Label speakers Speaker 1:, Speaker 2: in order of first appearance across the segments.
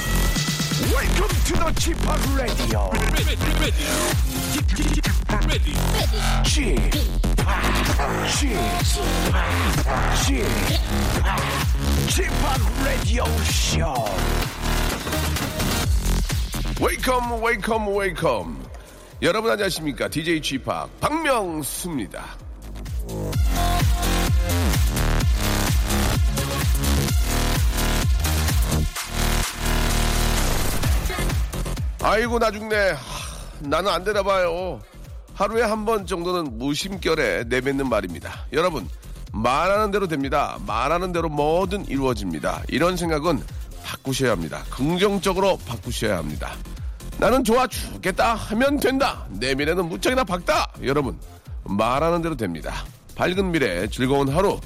Speaker 1: Welcome to the g p o p Radio. g p g p g p Radio Show.
Speaker 2: 웨이컴 웨이컴 웨이컴 여러분 안녕하십니까 DJ g 팍 박명수입니다 아이고 나 죽네 하, 나는 안 되나 봐요 하루에 한 번 정도는 무심결에 내뱉는 말입니다 여러분 말하는 대로 됩니다 말하는 대로 뭐든 이루어집니다 이런 생각은 바꾸셔야 합니다 긍정적으로 바꾸셔야 합니다 나는 좋아 죽겠다 하면 된다. 내 미래는 무척이나 밝다. 여러분, 말하는 대로 됩니다. 밝은 미래, 즐거운 하루,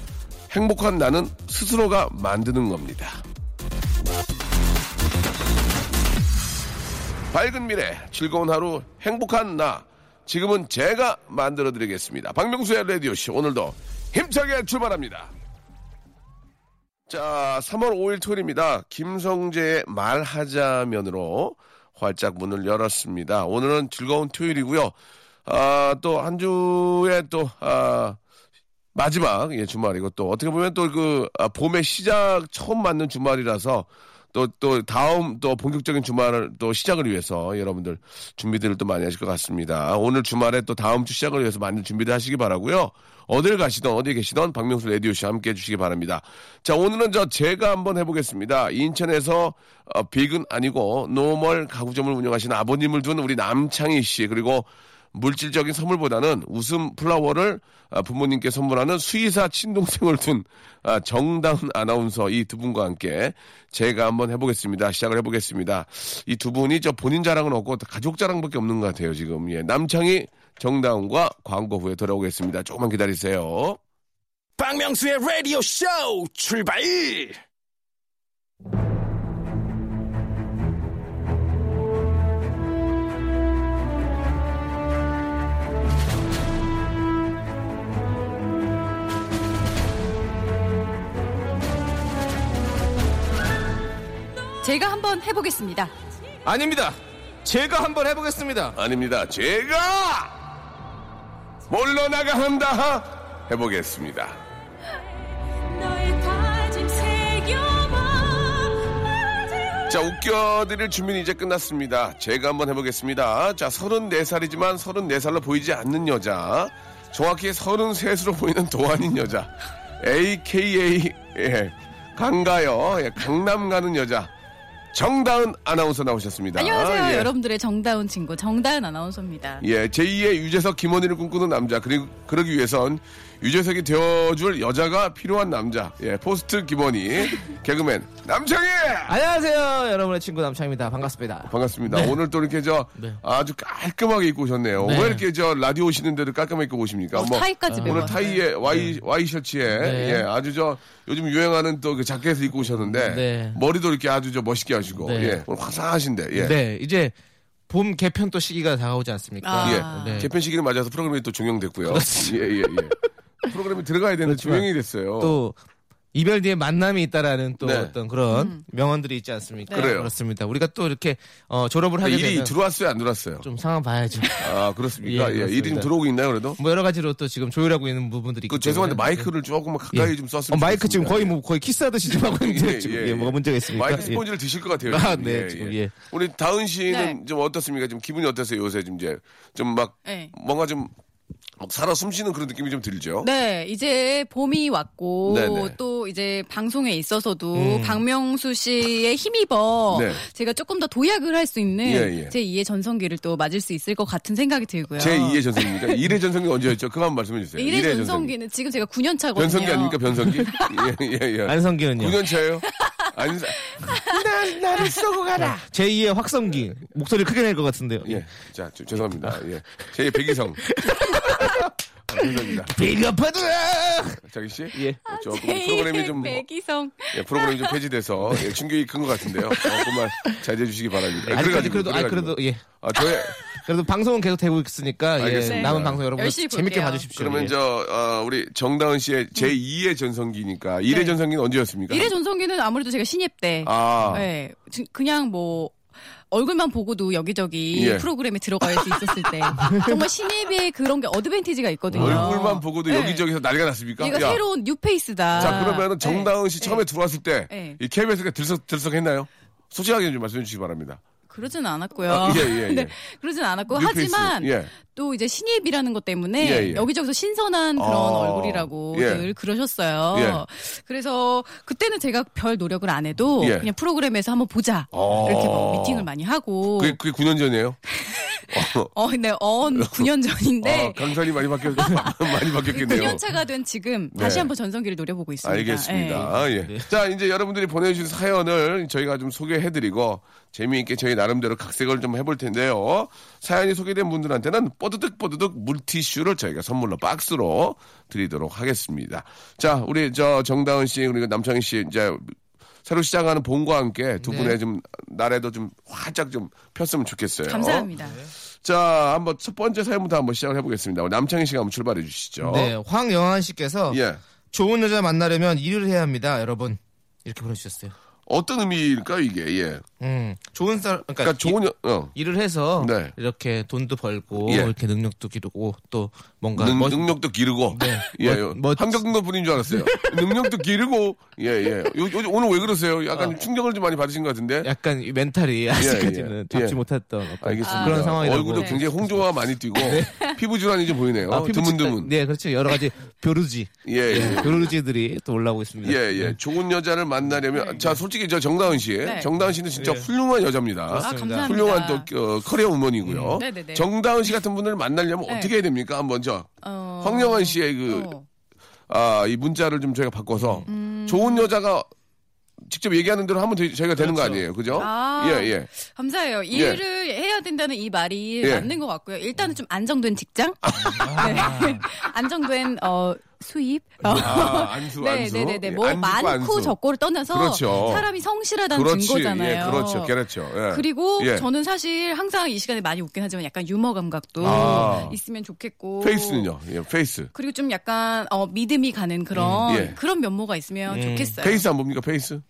Speaker 2: 행복한 나는 스스로가 만드는 겁니다. 밝은 미래, 즐거운 하루, 행복한 나. 지금은 제가 만들어 드리겠습니다. 박명수의 라디오쇼. 오늘도 힘차게 출발합니다. 자, 3월 5일 토요일입니다. 김성재의 말하자면으로 활짝 문을 열었습니다. 오늘은 즐거운 토요일이고요. 아, 또 한 주에 또, 아, 마지막 예, 주말이고 또 어떻게 보면 또 그 봄의 시작 처음 맞는 주말이라서 또 또 다음 또 본격적인 주말을 또 시작을 위해서 여러분들 준비들을 또 많이 하실 것 같습니다. 오늘 주말에 또 다음 주 시작을 위해서 많은 준비들 하시기 바라고요. 어딜 가시던 어디 계시던 박명수 라디오 씨 함께 해주시기 바랍니다. 자 오늘은 저 제가 한번 해보겠습니다. 인천에서 어, 빅은 아니고 노멀 가구점을 운영하시는 아버님을 둔 우리 남창희 씨 그리고 물질적인 선물보다는 웃음 플라워를 아, 부모님께 선물하는 수의사 친동생을 둔 아, 정다운 아나운서 이 두 분과 함께 제가 한번 해보겠습니다. 시작을 해보겠습니다. 이 두 분이 저 본인 자랑은 없고 다 가족 자랑밖에 없는 것 같아요. 지금 예, 남창희 정다운과 광고 후에 돌아오겠습니다. 조금만 기다리세요.
Speaker 1: 박명수의 Radio Show 출발.
Speaker 3: 제가 한번 해보겠습니다.
Speaker 4: 아닙니다. 제가 한번 해보겠습니다.
Speaker 2: 아닙니다. 제가 몰러나가 한다 해보겠습니다. 자, 웃겨드릴 준비는 이제 끝났습니다. 제가 한번 해보겠습니다. 자, 34살이지만 34살로 보이지 않는 여자. 정확히 33으로 보이는 도안인 여자. AKA, 예, 강가요. 예, 강남 가는 여자. 정다은 아나운서 나오셨습니다.
Speaker 3: 안녕하세요,
Speaker 2: 예.
Speaker 3: 여러분들의 정다운 친구 정다은 아나운서입니다.
Speaker 2: 예, 제2의 유재석 김원희를 꿈꾸는 남자. 그리고 그러기 위해선 유재석이 되어줄 여자가 필요한 남자. 예, 포스트 김원희 개그맨 남창희.
Speaker 4: 안녕하세요, 여러분의 친구 남창입니다. 반갑습니다.
Speaker 2: 반갑습니다. 오늘 또 이렇게 저 아주 깔끔하게 입고 오셨네요.
Speaker 4: 네.
Speaker 2: 왜 이렇게 저 라디오 오시는 데도 깔끔하게 입고 오십니까?
Speaker 3: 어,
Speaker 2: 뭐
Speaker 3: 타이까지 매워.
Speaker 2: 오늘 타이에 와이 와이 셔츠에
Speaker 4: 네.
Speaker 2: 예, 아주 저 요즘 유행하는 또 그 자켓을 입고 오셨는데
Speaker 4: 네.
Speaker 2: 머리도 이렇게 아주 저 멋있게 하시고
Speaker 4: 네.
Speaker 2: 예, 오늘 화사하신데 예.
Speaker 4: 네, 이제 봄 개편 또 시기가 다가오지 않습니까?
Speaker 3: 아.
Speaker 2: 예.
Speaker 4: 네.
Speaker 2: 개편 시기를 맞아서 프로그램이 또 종영됐고요. 예, 예, 예. 프로그램이 들어가야 되는데
Speaker 4: 그렇지만
Speaker 2: 종영이 됐어요.
Speaker 4: 또 이별 뒤에 만남이 있다라는 또
Speaker 2: 네.
Speaker 4: 어떤 그런 명언들이 있지 않습니까?
Speaker 2: 네. 그래요.
Speaker 4: 그렇습니다. 우리가 또 이렇게 어, 졸업을 하게
Speaker 2: 일이
Speaker 4: 되면
Speaker 2: 들어왔어요, 안 들어왔어요?
Speaker 4: 좀 상황 봐야죠.
Speaker 2: 아, 그렇습니까?
Speaker 4: 예,
Speaker 2: 예,
Speaker 4: 그렇습니다.
Speaker 2: 일이 들어오고 있나요, 그래도?
Speaker 4: 뭐 여러 가지로 또 지금 조율하고 있는 부분들이.
Speaker 2: 그
Speaker 4: 있기
Speaker 2: 죄송한데
Speaker 4: 때문에.
Speaker 2: 마이크를 조금만 가까이
Speaker 4: 예.
Speaker 2: 좀
Speaker 4: 어,
Speaker 2: 썼으면
Speaker 4: 마이크 지금 거의
Speaker 2: 좋겠습니다.
Speaker 4: 뭐 거의 키스하듯이 지금 하고 있는데
Speaker 2: 예,
Speaker 4: 지금
Speaker 2: 예,
Speaker 4: 예, 뭐가
Speaker 2: 예.
Speaker 4: 문제가 있습니까?
Speaker 2: 마이크
Speaker 4: 예.
Speaker 2: 스폰지를 드실 것 같아요.
Speaker 4: 아,
Speaker 2: 지금.
Speaker 4: 네, 지금, 예.
Speaker 2: 우리 다은 씨는
Speaker 3: 네.
Speaker 2: 좀 어떻습니까? 좀 기분이 어떠세요, 요새 좀 이제? 좀 막,
Speaker 3: 네.
Speaker 2: 뭔가 좀 막 살아 숨쉬는 그런 느낌이 좀 들죠.
Speaker 3: 네, 이제 봄이 왔고
Speaker 2: 네네. 음.
Speaker 3: 또 이제 방송에 있어서도 박명수 씨의 힘입어
Speaker 2: 네.
Speaker 3: 제가 조금 더 도약을 할 수 있는
Speaker 2: 예, 예.
Speaker 3: 제 2의 전성기를 또 맞을 수 있을 것 같은 생각이 들고요.
Speaker 2: 제 2의 전성기입니까? 1의 전성기 언제였죠? 그만 말씀해 주세요.
Speaker 3: 일의
Speaker 2: 일의
Speaker 3: 전성기는 지금 제가 9년 차거든요.
Speaker 2: 변성기 아닙니까? 변성기? 예, 예, 예.
Speaker 4: 안성기는요.
Speaker 2: 9년 차예요? 안, 사-
Speaker 4: 제2의 확성기 목소리 크게 낼 것 같은데요.
Speaker 2: 예. 자, 저- 죄송합니다. 예. 제 백이성. 아, 죄송합니다.
Speaker 4: 빌려파드라.
Speaker 2: 자기 씨?
Speaker 4: 예.
Speaker 2: 조금
Speaker 3: 아, 제2의
Speaker 2: 프로그램이 좀
Speaker 3: 백이성.
Speaker 2: 예, 프로그램이 좀 폐지돼서 예, 충격이 큰 것 같은데요. 어, 그만 자제해 주시기 바랍니다. 예,
Speaker 4: 아직까지
Speaker 2: 그래가지고,
Speaker 4: 그래도 아 그래도 예.
Speaker 2: 아, 저의
Speaker 4: 그래도 방송은 계속 되고 있으니까 예,
Speaker 2: 알겠습니다.
Speaker 4: 남은 방송 여러분
Speaker 3: 열심히
Speaker 4: 재밌게
Speaker 3: 볼게요.
Speaker 4: 봐주십시오.
Speaker 2: 그러면
Speaker 4: 예.
Speaker 2: 저 어, 우리 정다은 씨의 제 2의 전성기니까 1의
Speaker 3: 음. 네.
Speaker 2: 전성기는 언제였습니까?
Speaker 3: 일의 전성기는 아무래도 제가 신입 때
Speaker 2: 아.
Speaker 3: 네, 지- 그냥 뭐 얼굴만 보고도 여기저기
Speaker 2: 예.
Speaker 3: 프로그램에 들어갈 수 있었을 때 정말 신입의 그런 게 어드밴티지가 있거든요.
Speaker 2: 얼굴만 보고도
Speaker 3: 네.
Speaker 2: 여기저기서 난리가 났습니까?
Speaker 3: 얘가
Speaker 2: 야,
Speaker 3: 새로운 뉴페이스다.
Speaker 2: 자, 그러면은
Speaker 3: 네.
Speaker 2: 정다은 씨 처음에 들어왔을 때,
Speaker 3: 네.
Speaker 2: 이 KBS가 들썩, 들썩했나요? 솔직하게 좀 말씀해 주시기 바랍니다.
Speaker 3: 그러진 않았고요.
Speaker 2: 아, 예, 예, 예.
Speaker 3: 네, 그러진 않았고
Speaker 2: 뉴페이스.
Speaker 3: 하지만
Speaker 2: 예.
Speaker 3: 또 이제 신입이라는 것 때문에
Speaker 2: 예, 예.
Speaker 3: 여기저기서 신선한 그런
Speaker 2: 아,
Speaker 3: 얼굴이라고
Speaker 2: 예.
Speaker 3: 늘 그러셨어요.
Speaker 2: 예.
Speaker 3: 그래서 그때는 제가 별 노력을 안 해도
Speaker 2: 예.
Speaker 3: 그냥 프로그램에서 한번 보자
Speaker 2: 아.
Speaker 3: 이렇게 막 미팅을 많이 하고
Speaker 2: 그게, 그게 9년 전이에요?
Speaker 3: 어, 네, 언 9년 전인데
Speaker 2: 아, 강산이 많이 바뀌었, 많이 바뀌었겠네요.
Speaker 3: 네. 9년 차가 된 지금
Speaker 2: 네.
Speaker 3: 다시 한번 전성기를 노려보고 있습니다. 예.
Speaker 2: 알겠습니다. 예. 자, 이제 여러분들이 보내주신 사연을 저희가 좀 소개해드리고 재미있게 저희 나름대로 각색을 좀 해볼 텐데요. 사연이 소개된 분들한테는 뽀드득 뽀드득 물티슈를 저희가 선물로 박스로 드리도록 하겠습니다. 자, 우리 저 정다은 씨 그리고 남창희 씨 이제 새로 시작하는 봄과 함께 두
Speaker 4: 네.
Speaker 2: 분의 좀 나래도 좀 활짝 좀 폈으면 좋겠어요.
Speaker 3: 감사합니다.
Speaker 2: 자, 한번 첫 번째 사연부터 한번 시작을 해보겠습니다. 우리 남창희 씨가 한번 출발해 주시죠.
Speaker 4: 네, 황영환 씨께서
Speaker 2: 어? 예.
Speaker 4: 좋은 여자 만나려면 일을 해야 합니다, 여러분. 이렇게 보내주셨어요.
Speaker 2: 어떤 의미일까요, 이게? 예.
Speaker 4: 음, 좋은 사람, 그러니까,
Speaker 2: 그러니까 좋은, 여- 어.
Speaker 4: 이- 일을 해서
Speaker 2: 네.
Speaker 4: 이렇게 돈도 벌고
Speaker 2: 예.
Speaker 4: 이렇게 능력도 기르고 또 뭔가
Speaker 2: 능,
Speaker 4: 그러니까 멋- 네.
Speaker 2: 능력도 기르고 예,
Speaker 4: 멋-
Speaker 2: 뭐,
Speaker 4: 멋-
Speaker 2: 한경도 분인 줄 알았어요. 능력도 기르고 예예. 오늘 왜 그러세요? 약간 충격을 좀 많이 받으신 것 같은데.
Speaker 4: 아. 약간 이 멘탈이 아직까지는
Speaker 2: 예.
Speaker 4: 잡지
Speaker 2: 예.
Speaker 4: 못했던 어떤
Speaker 2: 알겠습니다.
Speaker 4: 그런 상황이라고
Speaker 2: 얼굴도
Speaker 4: 네.
Speaker 2: 굉장히 홍조가 많이 뛰고 피부 질환이 좀 보이네요.
Speaker 4: 아, 피부
Speaker 2: 드문드문.
Speaker 4: 진단- 네, 그렇죠. 여러 가지 벼루지.
Speaker 2: 예, 예.
Speaker 4: 벼루지들이 또 올라오고 있습니다.
Speaker 2: 예, 예. 좋은 여자를 만나려면
Speaker 4: 네.
Speaker 2: 자 솔직히 저 정다은 씨,
Speaker 3: 네.
Speaker 2: 정다은 씨는 진짜 훌륭한 여자입니다.
Speaker 3: 아, 감사합니다.
Speaker 2: 훌륭한 또 어, 커리어 우먼이고요.
Speaker 3: 음. 네네네.
Speaker 2: 정다은 씨 같은 분을 만나려면
Speaker 3: 네.
Speaker 2: 어떻게 해야 됩니까? 한번 저
Speaker 3: 어,
Speaker 2: 황영환 씨의 그
Speaker 3: 어.
Speaker 2: 아, 이 문자를 좀 저희가 바꿔서
Speaker 3: 음.
Speaker 2: 좋은 여자가 직접 얘기하는 대로 하면 되- 저희가 되는 거 아니에요. 그죠?
Speaker 3: 그렇죠. 아.
Speaker 2: 예, 예.
Speaker 3: 감사해요. 일을 해야 된다는 이 말이
Speaker 2: 예.
Speaker 3: 맞는 것 같고요. 일단은 좀 안정된 직장, 네. 안정된 어, 수입, 어.
Speaker 2: 아, 안수,
Speaker 3: 네,
Speaker 2: 안수.
Speaker 3: 네, 네, 네.
Speaker 2: 예,
Speaker 3: 뭐
Speaker 2: 안주고
Speaker 3: 많고
Speaker 2: 안수.
Speaker 3: 적고를 떠나서
Speaker 2: 그렇죠.
Speaker 3: 사람이 성실하다는
Speaker 2: 그렇지.
Speaker 3: 증거잖아요.
Speaker 2: 예, 그렇죠. 그렇죠. 예.
Speaker 3: 그리고
Speaker 2: 예.
Speaker 3: 저는 사실 항상 이 시간에 많이 웃긴 하지만 약간 유머 감각도
Speaker 2: 아.
Speaker 3: 있으면 좋겠고
Speaker 2: 페이스는요. 예, 페이스.
Speaker 3: 그리고 좀 약간 어, 믿음이 가는 그런
Speaker 2: 음, 예.
Speaker 3: 그런 면모가 있으면 좋겠어요.
Speaker 2: 페이스 안 봅니까? 페이스?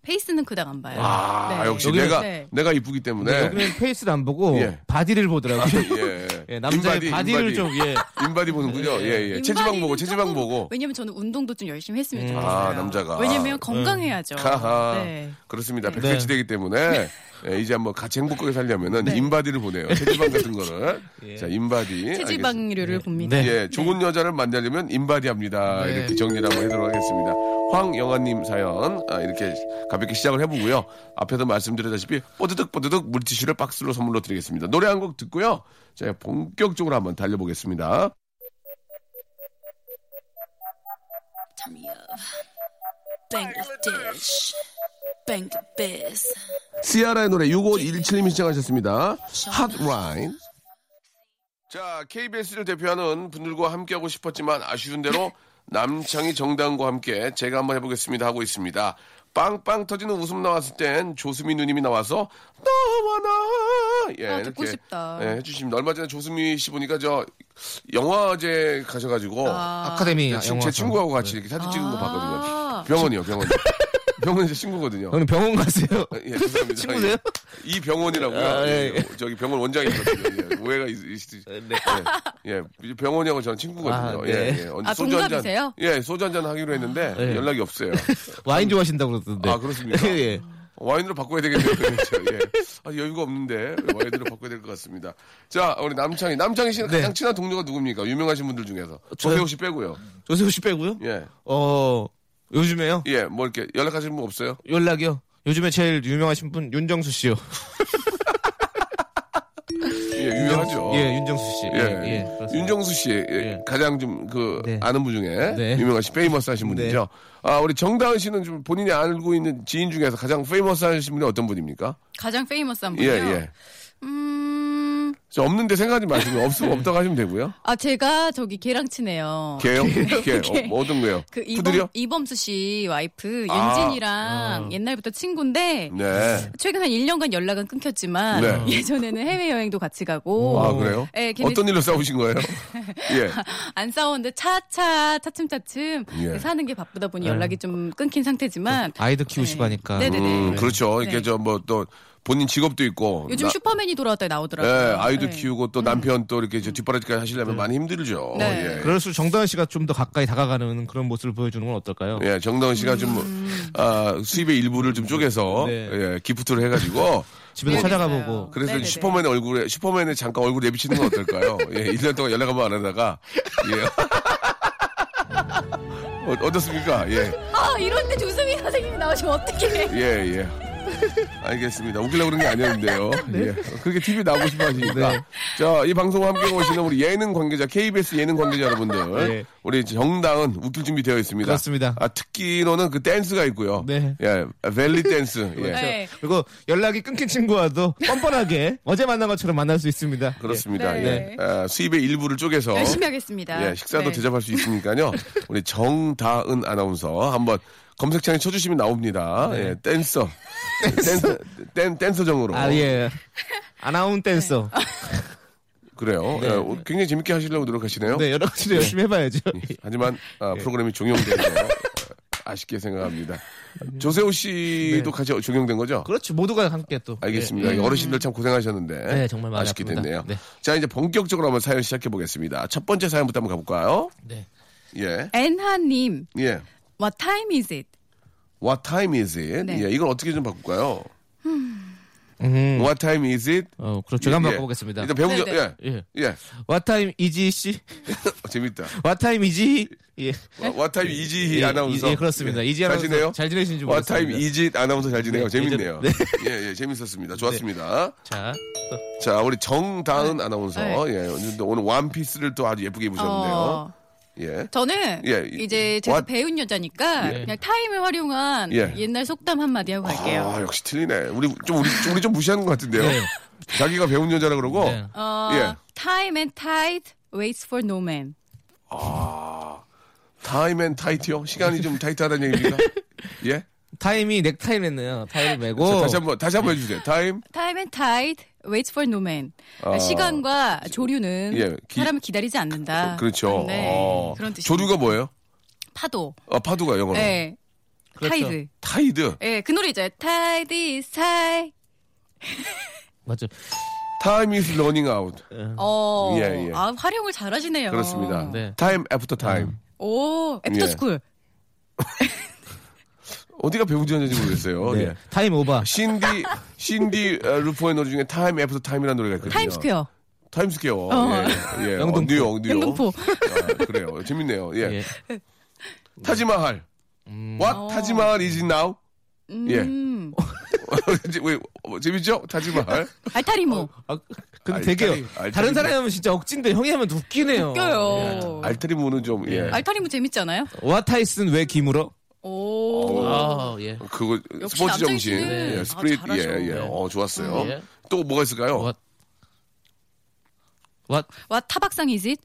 Speaker 3: 페이스는 그닥 안 봐요.
Speaker 2: 아,
Speaker 3: 네.
Speaker 2: 역시
Speaker 4: 여기는-
Speaker 2: 내가
Speaker 3: 네.
Speaker 2: 내가 이쁘기 때문에
Speaker 4: 네, 여기는 페이스를 안 보고
Speaker 2: 예.
Speaker 4: 바디를 보더라고요.
Speaker 2: 예.
Speaker 4: 예, 남자의
Speaker 2: 인바디,
Speaker 4: 바디를
Speaker 2: 인바디.
Speaker 4: 좀 예.
Speaker 2: 인바디 보는군요. 예, 예.
Speaker 3: 네. 인바디는
Speaker 2: 체지방 보고 체지방
Speaker 3: 조금-
Speaker 2: 보고.
Speaker 3: 왜냐면 저는 운동도 좀 열심히 했으면 좋겠어요.
Speaker 2: 아, 남자가.
Speaker 3: 왜냐면 건강해야죠.
Speaker 2: 하하.
Speaker 3: 네.
Speaker 2: 그렇습니다. 백세치 되기 때문에 예, 이제 한번 같이 행복하게 살려면은
Speaker 3: 네.
Speaker 2: 인바디를 보내요. 체지방 같은 거를. 자, 인바디. 예, 알겠습니다.
Speaker 3: 체지방률을 봅니다.
Speaker 2: 예, 좋은 여자를 만나려면 인바디합니다.
Speaker 4: 네.
Speaker 2: 이렇게 정리를 한번 해도록 하겠습니다. 황영아님 사연 아, 이렇게 가볍게 시작을 해보고요. 앞에서 말씀드렸다시피 뽀드득 뽀드득 물티슈를 박스로 선물로 드리겠습니다. 노래 한 곡 듣고요. 제가 본격적으로 한번 달려보겠습니다.
Speaker 5: Turn me uh, up. Bangladesh. Bang the biz.
Speaker 2: 시아라의 노래 6517님이 신청하셨습니다. 핫라인. 자, KBS를 대표하는 분들과 함께하고 싶었지만 아쉬운 대로 남창희 정당과 함께 제가 한번 해보겠습니다 하고 있습니다. 빵빵 터지는 웃음 나왔을 땐 조수미 누님이 나와서 너와 나 예,
Speaker 3: 아, 듣고 싶다.
Speaker 2: 예, 해주십니다. 얼마 전에 조수미 씨 보니까 저 영화제 네, 가셔가지고
Speaker 4: 아카데미 네.
Speaker 2: 제, 친-
Speaker 4: 영화.
Speaker 2: 제 친구하고 같이 이렇게 사진 찍은 거
Speaker 3: 아.
Speaker 2: 봤거든요. 병원이요, 병원. 병원 제 친구거든요.
Speaker 4: 형님 병원 가세요.
Speaker 2: 예, 죄송합니다.
Speaker 4: 친구세요?
Speaker 2: 예. 이 병원이라고요.
Speaker 4: 아,
Speaker 2: 예,
Speaker 4: 예, 네.
Speaker 2: 예. 저기 병원 원장이거든요. 예, 오해가 있- 있으시. 예, 예, 병원이하고 저는 친구거든요.
Speaker 4: 아,
Speaker 2: 예,
Speaker 4: 네.
Speaker 2: 예. 언제
Speaker 3: 아,
Speaker 2: 한잔.
Speaker 3: 동갑이세요?
Speaker 2: 예, 소주 한잔 하기로 했는데
Speaker 4: 예. 네.
Speaker 2: 연락이 없어요.
Speaker 4: 와인 좋아하신다고 그러던데.
Speaker 2: 아, 그렇습니까?
Speaker 4: 예.
Speaker 2: 와인으로 바꿔야 되겠네요. 그렇죠. 예. 아, 여유가 없는데 와인으로 바꿔야 될 것 같습니다. 자, 우리 남창희. 남창희 씨는 가장 친한 동료가 누굽니까? 유명하신 분들 중에서.
Speaker 4: 네. 저요?
Speaker 2: 조세호 씨 빼고요.
Speaker 4: 조세호 씨 빼고요.
Speaker 2: 예.
Speaker 4: 어 요즘에요?
Speaker 2: 예, 뭐 이렇게 연락하시는 분 없어요?
Speaker 4: 연락이요. 요즘에 제일 유명하신 분 윤정수 씨요.
Speaker 2: 예, 유명하죠.
Speaker 4: 예, 윤정수 씨.
Speaker 2: 예.
Speaker 4: 그렇습니다.
Speaker 2: 윤정수 씨 예,
Speaker 4: 예.
Speaker 2: 가장 좀 그
Speaker 4: 네.
Speaker 2: 아는 분 중에
Speaker 4: 네.
Speaker 2: 유명하신 페이머스 하신 분이죠. 아, 우리 정다은 씨는 좀 본인이 알고 있는 지인 중에서 가장 페이머스 하신 분이 어떤 분입니까?
Speaker 3: 가장 페이머스한
Speaker 2: 예,
Speaker 3: 분이요.
Speaker 2: 예.
Speaker 3: 음,
Speaker 2: 저 없는데 생각하지 마시고 없으면 없다고 하시면 되고요.
Speaker 3: 아 제가 저기 개랑치네요.
Speaker 2: 개요? 개. 어, 뭐 어떤 거예요?
Speaker 3: 그
Speaker 2: 푸들이요?
Speaker 3: 이범, 이범수 씨 와이프
Speaker 2: 아.
Speaker 3: 윤진이랑 옛날부터 친구인데
Speaker 2: 네.
Speaker 3: 최근 한 1년간 연락은 끊겼지만
Speaker 2: 네.
Speaker 3: 예전에는 해외 여행도 같이 가고
Speaker 2: 아, 그래요?
Speaker 3: 예, 걔네
Speaker 2: 어떤 일로 싸우신 거예요? 예.
Speaker 3: 안 싸웠는데 차차 차츰차츰
Speaker 2: 예.
Speaker 3: 사는 게 바쁘다 보니 연락이 좀 끊긴 상태지만
Speaker 4: 네. 그 아이들 키우시고
Speaker 3: 네.
Speaker 4: 하니까.
Speaker 3: 네네네.
Speaker 2: 음, 그렇죠. 이렇게
Speaker 3: 네.
Speaker 2: 저 뭐 또 본인 직업도 있고.
Speaker 3: 요즘
Speaker 2: 나-
Speaker 3: 슈퍼맨이 돌아왔다 나오더라고요.
Speaker 2: 예, 아이도
Speaker 3: 네. 음.
Speaker 2: 키우고 또 남편 또 이렇게 저 뒷바라지까지 하시려면 많이 힘들죠.
Speaker 3: 네.
Speaker 2: 예.
Speaker 4: 그럴수록 정다은 씨가 좀 더 가까이 다가가는 그런 모습을 보여주는 건 어떨까요?
Speaker 2: 예, 정다은 씨가 좀,
Speaker 3: 음.
Speaker 2: 아, 수입의 일부를 좀 쪼개서,
Speaker 4: 네.
Speaker 2: 예, 기프트를 해가지고,
Speaker 4: 집에도
Speaker 3: 있어요.
Speaker 4: 찾아가보고.
Speaker 2: 그래서
Speaker 3: 네네네.
Speaker 2: 슈퍼맨의 얼굴에, 슈퍼맨의 잠깐 얼굴 내비치는 건 어떨까요? 예, 1년 동안 연락 한번 안 하다가, 예. 어, 어떻습니까? 예,
Speaker 3: 아 이런데 조수미 선생님이 나오시면 어떡해.
Speaker 2: 예, 예. 알겠습니다. 웃기려고 그런 게 아니었는데요. 예. 그렇게 TV 나오고 싶어 하시니까. 자, 이 방송 함께 오시는 우리 예능 관계자, KBS 예능 관계자 여러분들.
Speaker 4: 예.
Speaker 2: 우리 정다은 웃길 준비 되어 있습니다.
Speaker 4: 그렇습니다.
Speaker 2: 아, 특기로는 그 댄스가 있고요.
Speaker 4: 네.
Speaker 2: 예, 벨리 댄스. 예.
Speaker 3: 네.
Speaker 4: 그리고 연락이 끊긴 친구와도 뻔뻔하게 어제 만난 것처럼 만날 수 있습니다.
Speaker 2: 예. 그렇습니다. 예.
Speaker 3: 네.
Speaker 2: 아, 수입의 일부를 쪼개서
Speaker 3: 열심히 하겠습니다.
Speaker 2: 예, 식사도
Speaker 3: 네.
Speaker 2: 대접할 수 있으니까요. 우리 정다은 아나운서 한번 검색창에 쳐주시면 나옵니다. 예, 댄서. 댄서, 댄, 댄서정으로.
Speaker 4: 아, 예. 아나운
Speaker 2: 네.
Speaker 4: 댄서.
Speaker 2: 그래요. 예, 오- 굉장히 재밌게 하시려고 노력하시네요.
Speaker 4: 네, 여러 가지로 열심히 해봐야죠.
Speaker 2: 하지만 아, 프로그램이 종영돼서 아쉽게 생각합니다. 조세호 씨도 같이 종영된 거죠?
Speaker 4: 네. 그렇죠. 모두가 함께 또.
Speaker 2: 알겠습니다. 어르신들 참 고생하셨는데
Speaker 4: 네, 정말 많이
Speaker 2: 아쉽게
Speaker 4: 아픕니다.
Speaker 2: 됐네요.
Speaker 4: 네.
Speaker 2: 자 이제 본격적으로 한번 사연 시작해 보겠습니다. 첫 번째 사연부터 한번 가볼까요?
Speaker 4: 예. 네.
Speaker 2: 예,
Speaker 3: 엔하님,
Speaker 2: 예.
Speaker 3: what time is it?
Speaker 2: What time is it?
Speaker 3: 네.
Speaker 2: 예, 이걸 어떻게 좀 바꿀까요?
Speaker 4: 음,
Speaker 2: What time is it? 예,
Speaker 4: 어, 그렇죠. 제가 한번 바꿔보겠습니다.
Speaker 2: 일단 배운 적,
Speaker 3: 네,
Speaker 2: 예,
Speaker 3: 네.
Speaker 2: 예.
Speaker 4: 예. What time 이지 씨?
Speaker 2: 어, 재밌다.
Speaker 4: What time 이지? 예.
Speaker 2: What time is it?
Speaker 4: 예,
Speaker 2: 아나운서.
Speaker 4: 예, 그렇습니다. 이지
Speaker 2: 잘
Speaker 4: 아나운서
Speaker 2: 지내요?
Speaker 4: 잘 지내시는지
Speaker 2: What time
Speaker 4: 모르겠습니다.
Speaker 2: is it? 아나운서 잘 지내요.
Speaker 4: 네,
Speaker 2: 재밌네요.
Speaker 4: 예전-
Speaker 2: 예, 예, 재밌었습니다. 좋았습니다.
Speaker 4: 자,
Speaker 2: 자, 우리 정다은 아나운서.
Speaker 3: 네.
Speaker 2: 예. 오늘- 오늘 원피스를 또 아주 예쁘게 입으셨는데요.
Speaker 3: 어,
Speaker 2: 예.
Speaker 3: 저는
Speaker 2: 예, 이-
Speaker 3: 이제 제가
Speaker 2: what-
Speaker 3: 배운 여자니까 그냥 타임을 활용한
Speaker 2: 예.
Speaker 3: 옛날 속담 한마디 하고 갈게요.
Speaker 2: 아, 역시 틀리네. 우리 좀, 우리, 좀, 우리 좀 무시하는 것 같은데요. 자기가 배운 여자라 그러고.
Speaker 4: 네.
Speaker 3: 어,
Speaker 2: 예.
Speaker 3: time and tide waits for no man.
Speaker 2: 타임 앤 타이트요? 시간이 좀 타이트하다는 얘기입니까?
Speaker 4: 네.
Speaker 2: 예?
Speaker 4: 타임이 넥타이 했네요. 타이를
Speaker 2: 자,
Speaker 4: 메고.
Speaker 2: 다시 한 번, 다시 한 번 해주세요. 타임.
Speaker 3: Time and tide waits for no man. 그러니까
Speaker 2: 아,
Speaker 3: 시간과 조류는
Speaker 2: 예, 기-
Speaker 3: 사람을 기다리지
Speaker 4: 아,
Speaker 3: 않는다.
Speaker 2: 그렇죠.
Speaker 3: 네,
Speaker 2: 어,
Speaker 3: 그런 뜻이
Speaker 2: 조류가 뭐예요?
Speaker 3: 파도.
Speaker 2: 아, 파도가 영어로.
Speaker 4: 네.
Speaker 3: 예.
Speaker 4: 그렇죠.
Speaker 3: 타이드.
Speaker 2: 타이드.
Speaker 3: 예, 그 노래 있잖아요. Tide is high.
Speaker 4: 맞죠.
Speaker 2: 타임 is running out.
Speaker 3: 어.
Speaker 2: 예, 예.
Speaker 3: 아, 활용을 잘 하시네요. 아.
Speaker 2: 그렇습니다.
Speaker 4: 네.
Speaker 2: 타임 애프터 타임.
Speaker 3: 오, 애프터
Speaker 2: 예.
Speaker 3: 스쿨.
Speaker 2: 어디가 배우지 않는지 모르겠어요.
Speaker 4: 네.
Speaker 2: 예.
Speaker 4: 타임 오버.
Speaker 2: 신디 신디 어, 루포의 노래 중에 타임 애프터 타임이라는 노래가 있거든요.
Speaker 3: 타임스퀘어.
Speaker 2: 타임스퀘어.
Speaker 3: 어.
Speaker 2: 예, 예.
Speaker 4: 영등포.
Speaker 2: 어, 뉴욕, 뉴욕.
Speaker 3: 영등포.
Speaker 2: 아, 그래요. 재밌네요. 예.
Speaker 4: 예.
Speaker 2: 타지마할. What
Speaker 3: 어.
Speaker 2: 타지마할 is it now?
Speaker 3: 음.
Speaker 2: 예. 제- 왜, 어, 재밌죠? 타지마할.
Speaker 3: 알타리모.
Speaker 4: 아, 근데
Speaker 2: 알타리-
Speaker 4: 되게요.
Speaker 2: 알타리-
Speaker 4: 다른 사람이 하면 진짜 억진데 형이 하면 웃기네요. 예.
Speaker 3: 껴요.
Speaker 2: 알트리무는 좀 예.
Speaker 3: 알타리모 재밌잖아요.
Speaker 4: 와 타이슨 왜 김으로?
Speaker 2: 어.
Speaker 3: 오.
Speaker 4: 아, 예.
Speaker 2: 그거
Speaker 3: 역시
Speaker 2: 스포츠
Speaker 3: 남창희
Speaker 2: 정신.
Speaker 3: 씨는-
Speaker 2: 예.
Speaker 3: 아,
Speaker 2: 스프릿 예,
Speaker 3: 잘하셔.
Speaker 2: 예.
Speaker 4: 네.
Speaker 2: 어, 좋았어요.
Speaker 4: 예.
Speaker 2: 또 뭐가 있을까요?
Speaker 4: What? What?
Speaker 3: 와, 타박상 이짓.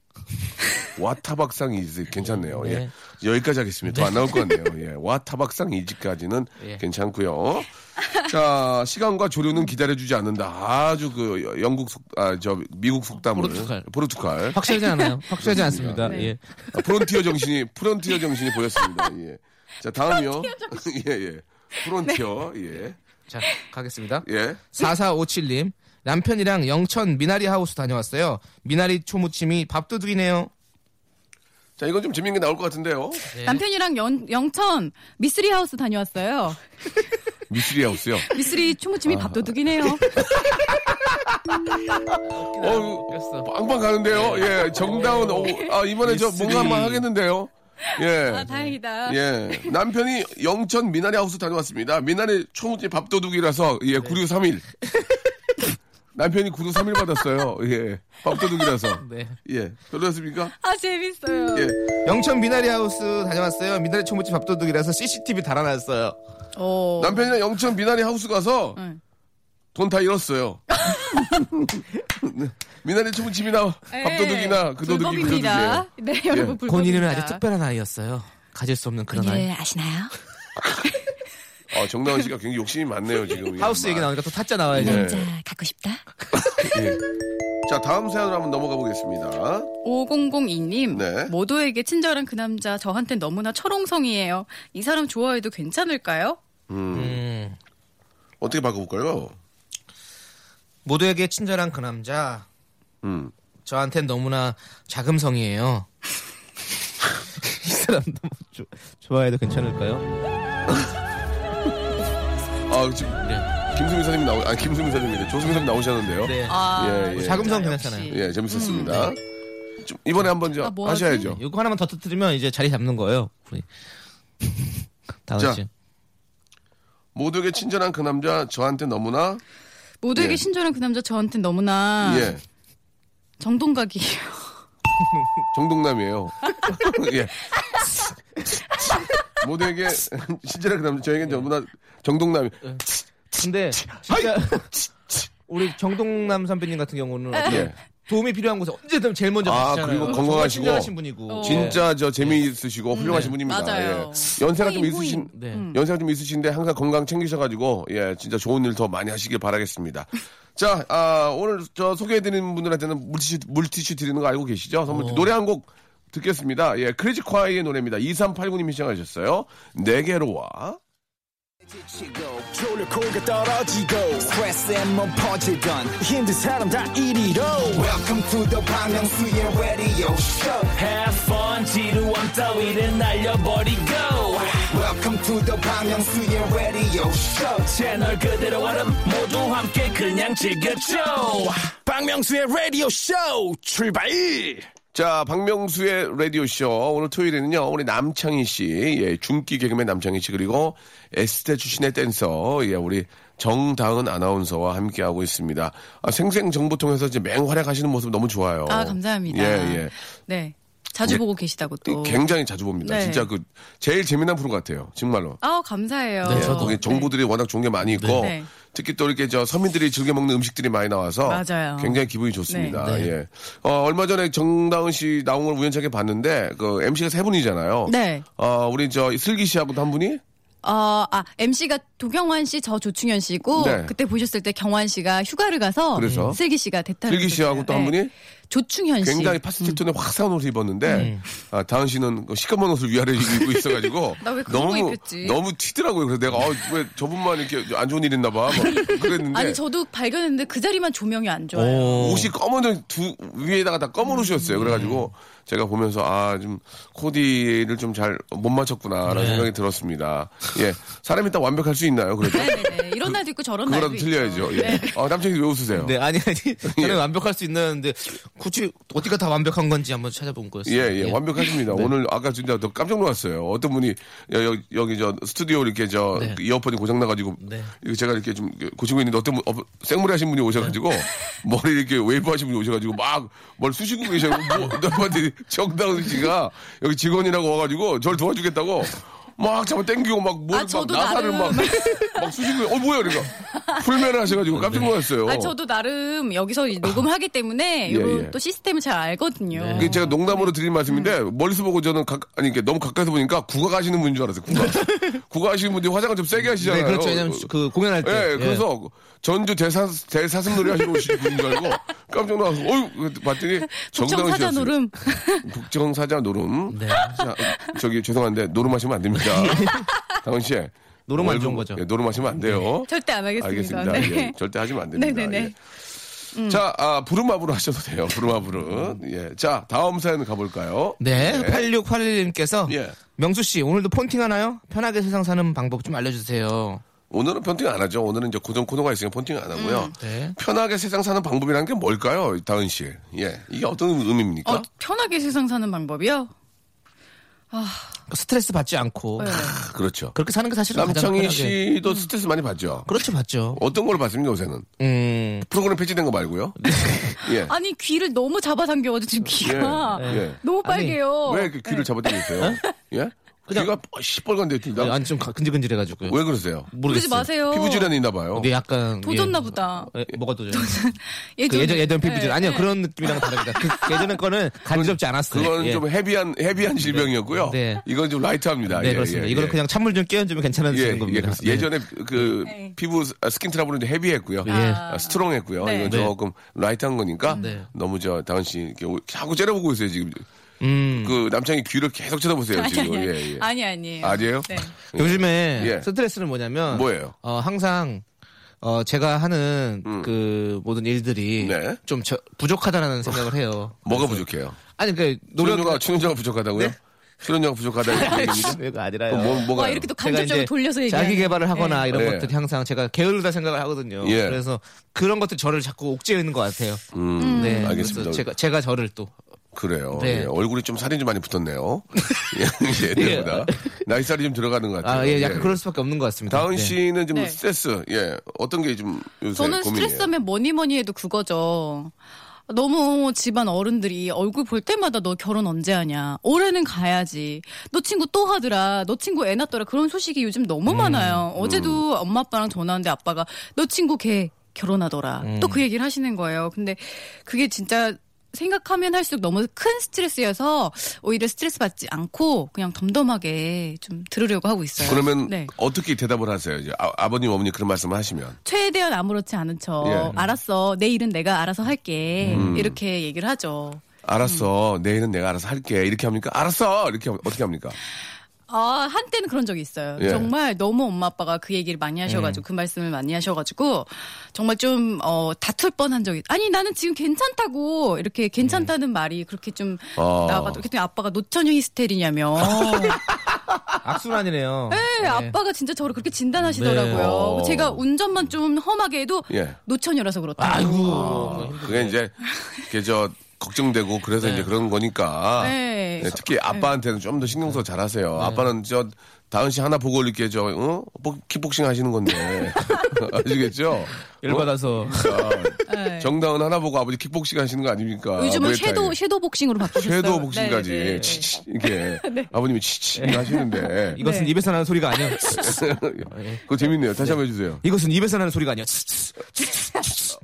Speaker 2: 와타박상 이지 괜찮네요.
Speaker 4: 네.
Speaker 2: 예. 여기까지 하겠습니다. 더 안 나올 것 같네요. 예. 와타박상 이지까지는
Speaker 4: 예.
Speaker 2: 괜찮고요. 자, 시간과 조류는 기다려주지 않는다. 아주 그 여- 영국 속, 아, 저 미국 속담을.
Speaker 4: 포르투갈.
Speaker 2: 포르투갈.
Speaker 4: 확실하지 않아요. 확실하지 않습니다. 예.
Speaker 2: 아, 프론티어 정신이, 프론티어 정신이 보였습니다. 예. 자, 다음이요. 예, 예. 프론티어, 예.
Speaker 4: 자, 가겠습니다.
Speaker 2: 예.
Speaker 4: 4457님. 남편이랑 영천 미나리 하우스 다녀왔어요. 미나리 초무침이 밥도둑이네요.
Speaker 2: 자, 이건 좀 재밌는 게
Speaker 4: 네.
Speaker 2: 나올 것 같은데요.
Speaker 3: 남편이랑 영, 영천 미쓰리 하우스 다녀왔어요.
Speaker 2: 미스리 하우스요.
Speaker 3: 미쓰리
Speaker 2: 아,
Speaker 3: 초무침이 밥도둑이네요.
Speaker 4: 네.
Speaker 2: 어,
Speaker 4: 꼈어. 네.
Speaker 2: 빵빵 가는데요. 예, 정다운. 오, 아 이번에 저 뭔가 한번 하겠는데요.
Speaker 3: 아,
Speaker 2: 예.
Speaker 3: 다행이다.
Speaker 2: 예. 남편이 영천 미나리 하우스 다녀왔습니다. 미나리 초무집 밥도둑이라서,
Speaker 4: 네.
Speaker 2: 예, 9631. 남편이 9631 받았어요. 예. 밥도둑이라서.
Speaker 4: 네.
Speaker 2: 예. 별로였습니까?
Speaker 3: 아, 재밌어요.
Speaker 2: 예.
Speaker 4: 영천 미나리 하우스 다녀왔어요. 미나리 초무집 밥도둑이라서 CCTV 달아놨어요.
Speaker 3: 어.
Speaker 2: 남편이랑 영천 미나리 하우스 가서
Speaker 3: 응.
Speaker 2: 돈 다 잃었어요. 미나리 초무집이나
Speaker 3: 예,
Speaker 2: 밥도둑이나 그 도둑이 그 도둑이에요.
Speaker 3: 불법입니다. 네, 여러분 불법입니다.
Speaker 4: 본인은 아주 특별한 아이였어요. 가질 수 없는
Speaker 6: 예.
Speaker 4: 그런
Speaker 3: 예,
Speaker 4: 아이.
Speaker 5: 일 아시나요?
Speaker 2: 아, 정다은 씨가 굉장히 욕심이 많네요, 지금.
Speaker 4: 하우스 얘기 나오니까 또 타짜 나와야죠.
Speaker 2: 네.
Speaker 5: 자, 갖고 싶다?
Speaker 2: 예. 자, 다음 사연으로 한번 넘어가 보겠습니다.
Speaker 3: 5002님
Speaker 2: 네.
Speaker 3: 모두에게 친절한 그 남자 저한텐 너무나 철옹성이에요. 이 사람 좋아해도 괜찮을까요?
Speaker 4: 음,
Speaker 2: 어떻게 바꿔볼까요?
Speaker 4: 모두에게 친절한 그 남자.
Speaker 2: 음.
Speaker 4: 저한텐 너무나 자금성이에요. 이 사람 너무 좋- 좋아해도 괜찮을까요?
Speaker 2: 아 지금 김수민 사장님 나오 아 김수민 사장님이래 조승선 나오셨는데요.
Speaker 4: 네. 음,
Speaker 3: 아,
Speaker 2: 예, 예.
Speaker 4: 자금성 괜찮아요.
Speaker 3: 역시.
Speaker 2: 예 재밌었습니다.
Speaker 4: 네.
Speaker 2: 좀 이번에 한번 저
Speaker 3: 아, 뭐 하지?
Speaker 2: 하셔야죠.
Speaker 4: 이거 예. 하나만 더 터뜨리면 이제 자리 잡는 거예요. 우리.
Speaker 2: 자.
Speaker 4: 다음 씨.
Speaker 2: 모두에게 친절한 그 남자 저한테 너무나
Speaker 3: 모두에게
Speaker 2: 예.
Speaker 3: 친절한 그 남자 저한텐 너무나
Speaker 2: 예
Speaker 3: 정동각이에요.
Speaker 2: 정동남이에요. 예 모두에게 친절한 그 남자 저에겐 너무나 정동남이
Speaker 3: 네.
Speaker 4: 근데 진짜 우리 정동남 선배님 같은 경우는 어떻게
Speaker 2: 예
Speaker 4: 도움이 필요한 곳에 언제든 제일 먼저
Speaker 2: 아,
Speaker 4: 가시잖아요.
Speaker 2: 그리고
Speaker 4: 정말
Speaker 2: 건강하시고.
Speaker 4: 친절하신 분이고
Speaker 3: 어.
Speaker 2: 진짜 저 재미있으시고 훌륭하신 분입니다.
Speaker 3: 네. 맞아요.
Speaker 2: 예. 연세가 좀
Speaker 3: 호인,
Speaker 2: 있으신
Speaker 4: 네.
Speaker 2: 연세가 좀 있으신데 항상 건강 챙기셔가지고 예 진짜 좋은 일 더 많이 하시길 바라겠습니다. 자 아, 오늘 저 소개해드리는 분들한테는 물티슈, 물티슈 드리는 거 알고 계시죠? 선물 노래 한 곡 듣겠습니다. 예 크레지 콰이의 노래입니다. 2389님이 시청하셨어요. 네 개로와
Speaker 1: 졸려 코가 떨어지고 스트레스에 몸 퍼지던 힘든 사람 다 이리로 Welcome to the 방명수의 radio show Have fun 지루함 따위를 날려버리고 Welcome to the 방명수의 radio show 채널 그대로 얼음 모두 함께 그냥 즐겨줘 방명수의 radio show 출발
Speaker 2: 자, 박명수의 라디오쇼. 오늘 토요일에는요, 우리 남창희 씨, 예, 중기 개그맨 남창희 씨, 그리고 에스테 출신의 댄서, 예, 우리 정다은 아나운서와 함께하고 있습니다. 아, 생생정보통에서 이제 맹활약하시는 모습 너무 좋아요.
Speaker 3: 아 감사합니다.
Speaker 2: 어. 예, 예.
Speaker 3: 네, 자주
Speaker 2: 예.
Speaker 3: 보고 계시다고
Speaker 2: 이
Speaker 3: 또.
Speaker 2: 굉장히 자주 봅니다.
Speaker 3: 네.
Speaker 2: 진짜 그, 제일 재미난 프로 같아요. 정말로.
Speaker 3: 아 감사해요.
Speaker 4: 네,
Speaker 2: 예,
Speaker 4: 저도.
Speaker 2: 거기 정보들이 워낙 좋은 게 많이 있고,
Speaker 3: 네.
Speaker 2: 특히 또 이렇게 저 서민들이 즐겨 먹는 음식들이 많이 나와서
Speaker 3: 맞아요.
Speaker 2: 굉장히 기분이 좋습니다.
Speaker 4: 네. 네.
Speaker 2: 예. 어, 얼마 전에 정다은 씨 나온 걸 우연찮게 봤는데 그 MC가 세 분이잖아요.
Speaker 3: 네.
Speaker 2: 어, 우리 저 슬기 씨하고도 한 분이
Speaker 3: 어, 아, MC가 도경환 씨, 저 조충현 씨고,
Speaker 2: 네.
Speaker 3: 그때 보셨을 때 경환 씨가 휴가를 가서, 네,
Speaker 2: 그래서?
Speaker 3: 슬기 씨가 대타를.
Speaker 2: 슬기 씨하고 또 한
Speaker 3: 했어요.
Speaker 2: 분이
Speaker 3: 네. 조충현 씨. 음. 네.
Speaker 2: 굉장히 파스텔 톤의 화사한 옷을 입었는데 아, 다은 씨는 그 시커먼 옷을 위아래 입고 있어가지고
Speaker 3: 나왜 그런 거
Speaker 2: 너무
Speaker 3: 입혔지?
Speaker 2: 너무 튀더라고요. 그래서 내가 어, 왜 저분만 이렇게 안 좋은 일 있나 봐. 막 그랬는데
Speaker 3: 아니, 저도 발견했는데 그 자리만 조명이 안 좋아요.
Speaker 4: 오.
Speaker 2: 옷이 검은 옷 두 위에다가 다 검은 옷이었어요. 그래가지고
Speaker 3: 음.
Speaker 2: 제가 보면서 아 좀 코디를 좀 잘 못 맞췄구나라는
Speaker 3: 네.
Speaker 2: 생각이 들었습니다. 예, 사람이 딱 완벽할 수 있나요? 그래도
Speaker 3: 네네네. 이런 날도 있고 저런 날도
Speaker 2: 그거라도
Speaker 3: 있죠.
Speaker 2: 틀려야죠.
Speaker 3: 네.
Speaker 2: 예. 아, 남창이 왜 웃으세요?
Speaker 4: 네, 아니, 아니. 저는 완벽할 수 있는데, 굳이 어디가 다 완벽한 건지 한번 찾아본 거였어요.
Speaker 2: 예, 예, 완벽하십니다.
Speaker 4: 네.
Speaker 2: 오늘 아까 진짜 더 깜짝 놀랐어요. 어떤 분이 여- 여- 여기 저 스튜디오 이렇게 저그
Speaker 4: 네.
Speaker 2: 이어폰이 고장 나가지고
Speaker 4: 네.
Speaker 2: 이거 제가 이렇게 좀 고치고 있는데 어떤 분 어, 생물이 하신 분이 오셔가지고
Speaker 4: 네.
Speaker 2: 머리 이렇게 웨이브 하신 분이 오셔가지고 막 뭘 쑤시고 계셔요. 뭐, 너한테 정다은 씨가 여기 직원이라고 와가지고 저를 도와주겠다고. 막 잡아 땡기고 막 뭐,
Speaker 3: 아,
Speaker 2: 막
Speaker 3: 저도
Speaker 2: 나사를 막,
Speaker 3: 나름.
Speaker 2: 막 쑤시고 어 뭐야 그러니까 풀면을 하셔가지고 깜짝 놀랐어요.
Speaker 3: 아, 저도 나름 여기서 이 녹음을 하기 때문에
Speaker 2: 예,
Speaker 3: 요런
Speaker 2: 예. 네.
Speaker 3: 또 시스템을 잘 알거든요.
Speaker 2: 이게 제가 농담으로 드린 말씀인데 멀리서 보고 저는 가, 아니 이게 너무 가까이서 보니까 국악 하시는 분인 줄 알았어요. 국악. 국악 하시는 분들이 화장을 좀 세게 하시잖아요.
Speaker 4: 네, 그렇죠. 왜냐면 그 공연할 때.
Speaker 2: 예, 그래서 전주 대사 대사슴 놀이 하시러 오신 분인 줄 알고 깜짝 놀라서 어유 봤더니
Speaker 3: 북청
Speaker 2: 정다은
Speaker 3: 사자
Speaker 2: 씨였어요.
Speaker 3: 노름.
Speaker 2: 북정 사자 노름.
Speaker 4: 네.
Speaker 2: 자, 저기 죄송한데 노름하시면 안 됩니다. 당은 씨.
Speaker 4: 노름 안
Speaker 2: 월급-
Speaker 4: 좋은 거죠. 네.
Speaker 2: 예, 노름하시면 안 돼요.
Speaker 3: 절대 안 하겠습니다.
Speaker 2: 알겠습니다.
Speaker 3: 네.
Speaker 2: 예, 절대 하시면 안 됩니다.
Speaker 3: 네네네.
Speaker 2: 예.
Speaker 4: 음.
Speaker 2: 자, 아, 부르마부르 하셔도 돼요. 부르마부르. 예. 자, 다음 사연 가볼까요?
Speaker 4: 네,
Speaker 2: 예.
Speaker 4: 8681님께서
Speaker 2: 예.
Speaker 4: 명수 씨 오늘도 폰팅 하나요? 편하게 세상 사는 방법 좀 알려주세요.
Speaker 2: 오늘은 폰팅 안 하죠. 오늘은 이제 고정 코너가 있으니까 폰팅 안 하고요.
Speaker 4: 네.
Speaker 2: 편하게 세상 사는 방법이라는 게 뭘까요, 다은 씨? 예, 이게 어떤 의미입니까?
Speaker 3: 어, 편하게 세상 사는 방법이요?
Speaker 4: 그러니까 스트레스 받지 않고
Speaker 3: 네.
Speaker 2: 아, 그렇죠.
Speaker 4: 그렇게 사는 게 사실은 가장
Speaker 2: 남창희
Speaker 4: 편하게.
Speaker 2: 씨도 스트레스 많이 받죠.
Speaker 4: 그렇죠, 받죠.
Speaker 2: 어떤 걸 받습니까 요새는?
Speaker 4: 음, 네.
Speaker 2: 프로그램 폐지된 거 말고요. 예.
Speaker 3: 아니 귀를 너무 잡아당겨가지고 지금 귀가
Speaker 2: 예. 예.
Speaker 3: 너무 빨개요.
Speaker 2: 왜 이렇게 귀를 잡아당기세요? 예?
Speaker 4: 어. 네. 그냥- 네,
Speaker 2: 귀가 시뻘건데 나-
Speaker 4: 아니 뭐. 좀 가- 근질근질해가지고요.
Speaker 2: 왜 그러세요?
Speaker 3: 그러지
Speaker 4: 모르겠어요.
Speaker 3: 마세요.
Speaker 2: 피부 질환이 있나 봐요.
Speaker 4: 근데 약간
Speaker 3: 도전나
Speaker 4: 예.
Speaker 3: 보다.
Speaker 4: 예, 뭐가 도전? 그 예전 예전 피부질
Speaker 3: 예,
Speaker 4: 아니요
Speaker 3: 예.
Speaker 4: 그런 느낌이랑 다릅니다. 그 예전에 거는 간지럽지 않았어요.
Speaker 2: 그건
Speaker 4: 예.
Speaker 2: 좀 헤비한 헤비한 질병이었고요.
Speaker 4: 네.
Speaker 2: 이건 좀 라이트합니다.
Speaker 4: 네
Speaker 2: 예,
Speaker 4: 그렇습니다.
Speaker 2: 예,
Speaker 4: 이거는
Speaker 2: 예.
Speaker 4: 그냥 찬물 좀 끼얹으면
Speaker 2: 예,
Speaker 4: 괜찮아지는
Speaker 2: 예,
Speaker 4: 겁니다. 네.
Speaker 2: 그렇습니다. 예전에 그
Speaker 3: 네.
Speaker 2: 피부 스- 스킨 트러블은 좀 헤비했고요. 아, 스트롱했고요.
Speaker 3: 네.
Speaker 2: 이건
Speaker 4: 예. 네.
Speaker 2: 조금 라이트한 거니까
Speaker 4: 네.
Speaker 2: 너무 저 다은 씨 이렇게 오- 자꾸 째려보고 있어요 지금.
Speaker 4: 음.
Speaker 2: 그 남창이 귀를 계속 쳐다보세요
Speaker 3: 아니
Speaker 2: 지금.
Speaker 3: 아니
Speaker 2: 예, 예.
Speaker 3: 아니 아니에요.
Speaker 2: 아니에요?
Speaker 3: 네.
Speaker 4: 요즘에
Speaker 2: 예.
Speaker 4: 스트레스는 뭐냐면
Speaker 2: 뭐예요? 음.
Speaker 4: 어, 항상 어, 제가 하는 그 모든 일들이
Speaker 2: 네.
Speaker 4: 좀 저- 부족하다라는 생각을 해요.
Speaker 2: 뭐가 부족해요?
Speaker 4: 아니 그
Speaker 2: 출연료가
Speaker 4: 노력
Speaker 2: 출연료가 부족하다고요?
Speaker 4: 네.
Speaker 2: 출연료가
Speaker 4: 아,
Speaker 2: 부족하다. 이렇게 얘기죠?
Speaker 4: 가 아니라요.
Speaker 2: 뭐 뭐가
Speaker 3: 와 어, 이렇게 또 감정적으로 돌려서 예. 얘기하네.
Speaker 4: 자기 개발을 하거나 이런
Speaker 2: 네.
Speaker 4: 것들이 항상 제가 게으르다 생각을 하거든요.
Speaker 2: 예.
Speaker 4: 그래서 그런 것들 저를 자꾸 옥죄는 것 같아요.
Speaker 2: 음,
Speaker 4: 네,
Speaker 2: 알겠습니다.
Speaker 4: 그래서 제가 제가 저를 또
Speaker 2: 그래요.
Speaker 4: 네.
Speaker 2: 예, 얼굴이 좀 살이 좀 많이 붙었네요. 예, 예전보다 나이 살이 좀 들어가는 것 같아요.
Speaker 4: 아, 예, 약간
Speaker 2: 예.
Speaker 4: 그럴 수밖에 없는 것 같습니다.
Speaker 2: 다은
Speaker 4: 네.
Speaker 2: 씨는 좀
Speaker 3: 네.
Speaker 2: 스트레스, 예, 어떤 게 좀 요새
Speaker 3: 저는
Speaker 2: 고민이에요?
Speaker 3: 스트레스하면 뭐니 뭐니 해도 그거죠. 너무 집안 어른들이 얼굴 볼 때마다 너 결혼 언제 하냐. 올해는 가야지. 너 친구 또 하더라. 너 친구 애 낳더라. 그런 소식이 요즘 너무
Speaker 2: 음,
Speaker 3: 많아요. 어제도 엄마 아빠랑 전화하는데 아빠가 너 친구 걔 결혼하더라.
Speaker 2: 음.
Speaker 3: 또 그 얘기를 하시는 거예요. 근데 그게 진짜 생각하면 할수록 너무 큰 스트레스여서 오히려 스트레스 받지 않고 그냥 덤덤하게 좀 들으려고 하고 있어요.
Speaker 2: 그러면
Speaker 3: 네.
Speaker 2: 어떻게 대답을 하세요? 이제 아, 버님 어머니 그런 말씀을 하시면
Speaker 3: 최대한 아무렇지 않은 척
Speaker 2: 예. 음.
Speaker 3: 알았어 내 일은 내가 알아서 할게 이렇게 얘기를 하죠
Speaker 2: 알았어,
Speaker 3: 음.
Speaker 2: 내일은 내가 알아서 할게 이렇게 합니까? 알았어 이렇게 함- 어떻게 합니까?
Speaker 3: 아 한때는 그런 적이 있어요
Speaker 2: 예. 음.
Speaker 3: 정말 너무 엄마 아빠가 그 얘기를 많이 하셔가지고 그 말씀을 많이 하셔가지고 정말 좀 어, 다툴 뻔한 적이 아니 나는 지금 괜찮다고 이렇게 괜찮다는
Speaker 2: 음.
Speaker 3: 말이 그렇게 좀
Speaker 2: 어.
Speaker 3: 나가도 그랬더니 아빠가 노처녀 히스테리냐며
Speaker 2: 아.
Speaker 4: 악순환이네요.
Speaker 3: 네, 아빠가 진짜 저를 그렇게 진단하시더라고요
Speaker 2: 네.
Speaker 3: 제가 운전만 좀 험하게 해도
Speaker 2: 예.
Speaker 3: 노처녀라서 그렇다
Speaker 4: 아이고.
Speaker 2: 그게 이제 그게 저 걱정되고 그래서 이제 그런 거니까
Speaker 3: 네.
Speaker 2: 네, 특히 아빠한테는 좀 더 신경 써 잘하세요. 아빠는 저 다은 씨 하나 보고 올릴게 저 어? 복- 킥복싱 하시는 건데 아시겠죠?
Speaker 4: 열받아서.
Speaker 2: 어. 자,
Speaker 3: 네.
Speaker 2: 정다은 하나 보고 아버지 킥복싱 하시는 거 아닙니까?
Speaker 3: 요즘은
Speaker 2: 무에타이.
Speaker 3: 섀도우 섀도우 복싱으로 바뀌셨어요
Speaker 2: 섀도우 복싱까지
Speaker 3: 네, 네, 네.
Speaker 2: 치치 이렇게 아버님이 치치 하시는데
Speaker 4: 네.
Speaker 2: 예.
Speaker 4: 이것은
Speaker 3: 네.
Speaker 4: 입에서 나는 소리가 아니야.
Speaker 2: 그거 재밌네요. 다시 한번 해주세요.
Speaker 4: 이것은 입에서 나는 소리가 아니야.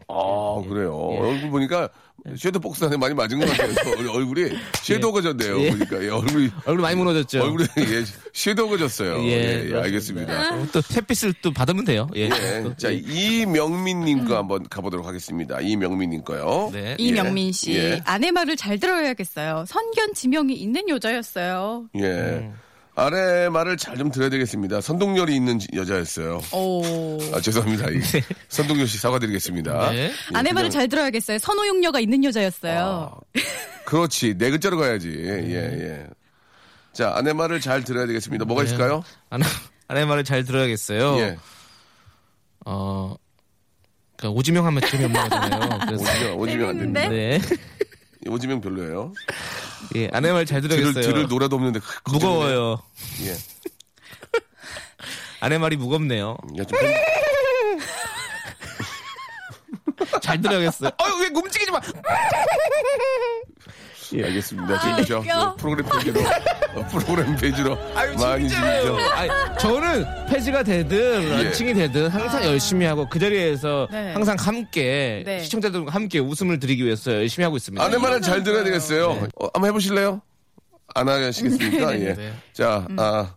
Speaker 2: 아 그래요.
Speaker 4: 예.
Speaker 2: 얼굴 보니까
Speaker 4: 네.
Speaker 2: 섀도우 복스 안에 많이 맞은 것 같아요. 얼- 얼굴이 섀도우가 졌네요.
Speaker 4: 예.
Speaker 2: 보니까 예, 얼굴이
Speaker 4: 얼굴 많이 무너졌죠.
Speaker 2: 얼굴이 예, 섀도우가 졌어요. 예, 예,
Speaker 4: 그렇습니다.
Speaker 2: 알겠습니다.
Speaker 4: 어, 또 햇빛을 또 받으면 돼요. 예.
Speaker 2: 예,
Speaker 4: 또,
Speaker 2: 자
Speaker 4: 예.
Speaker 2: 이명민님 거 한번 가보도록 하겠습니다. 이명민님 거요.
Speaker 4: 네.
Speaker 3: 이명민 씨
Speaker 2: 예.
Speaker 3: 아내 말을 잘 들어야겠어요. 선견 지명이 있는 여자였어요.
Speaker 2: 예.
Speaker 4: 음.
Speaker 2: 아래 말을 잘 좀 들어야 되겠습니다. 선동열이 있는 지- 여자였어요.
Speaker 3: 오.
Speaker 2: 아, 죄송합니다. 이 선동열 씨 사과드리겠습니다.
Speaker 4: 네.
Speaker 2: 예,
Speaker 3: 아내 말을
Speaker 2: 그냥-
Speaker 3: 잘 들어야겠어요. 선호용녀가 있는 여자였어요.
Speaker 2: 그렇지. 네 글자로 가야지. 예, 예. 자, 아내 말을 잘 들어야 되겠습니다. 뭐가 있을까요?
Speaker 4: 아내, 아내 말을 잘 네. 들어야겠어요.
Speaker 2: 예.
Speaker 4: 어, 그러니까 오지명 하면 재미없는 거잖아요. 그래서
Speaker 2: 오지명, 오지명 안 됩니다.
Speaker 4: 네.
Speaker 2: 오지명 별로예요.
Speaker 4: 예, 아내 말 잘
Speaker 2: 들을,
Speaker 4: 들어야겠어요.
Speaker 2: 들을 노래도 없는데. 크- 걱정이네.
Speaker 4: 무거워요.
Speaker 2: 예.
Speaker 4: 아내 말이 무겁네요.
Speaker 2: 야, 좀 편-
Speaker 4: 잘 들어야겠어요. 어왜 움직이지 마.
Speaker 2: 알겠습니다. 지금 저
Speaker 3: 아, 웃겨.
Speaker 2: 프로그램 페이지로, 어, 프로그램 페이지로 많이 즐기죠.
Speaker 4: 네. 아니, 저는 폐지가 되든
Speaker 2: 예.
Speaker 4: 런칭이 되든 항상 열심히 하고 그 자리에서
Speaker 3: 아. 네.
Speaker 4: 항상 함께
Speaker 3: 네.
Speaker 4: 시청자들과 함께 웃음을 드리기 위해서 열심히 하고 있습니다.
Speaker 2: 아내 말은 잘 들어야
Speaker 3: 네.
Speaker 2: 되겠어요. 어, 한번 해보실래요? 안 하시겠습니까? 예.
Speaker 4: 네.
Speaker 2: 자, 아,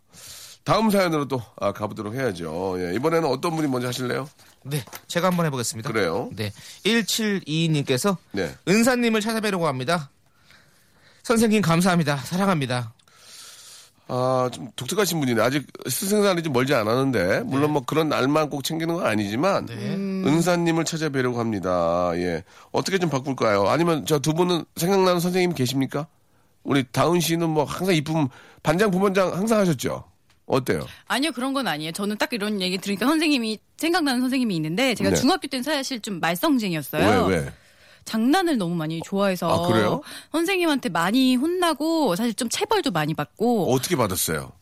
Speaker 2: 다음 사연으로 또 아, 가보도록 해야죠. 예, 이번에는 어떤 분이 먼저 하실래요?
Speaker 4: 네, 제가 한번 해보겠습니다.
Speaker 2: 그래요.
Speaker 4: 네, 1722님께서
Speaker 2: 네.
Speaker 4: 은사님을 찾아뵈려고 합니다. 선생님 감사합니다. 사랑합니다.
Speaker 2: 아, 좀 독특하신 분이네. 아직 스승날이 좀 멀지 않았는데, 물론 뭐 그런 날만 꼭 챙기는 건 아니지만,
Speaker 3: 음.
Speaker 2: 은사님을 찾아뵈려고 합니다. 예. 어떻게 좀 바꿀까요? 아니면 저 두 분은 생각나는 선생님 계십니까? 우리 다은 씨는 뭐 항상 이쁨, 반장, 부반장 항상 하셨죠? 어때요?
Speaker 3: 아니요 그런 건 아니에요. 저는 딱 이런 얘기 들으니까 선생님이 생각나는 선생님이 있는데 제가
Speaker 2: 네.
Speaker 3: 중학교 때는 사실 좀 말썽쟁이였어요.
Speaker 2: 왜 왜?
Speaker 3: 장난을 너무 많이 좋아해서
Speaker 2: 아, 그래요?
Speaker 3: 선생님한테 많이 혼나고 사실 좀 체벌도 많이 받고
Speaker 2: 어떻게 받았어요?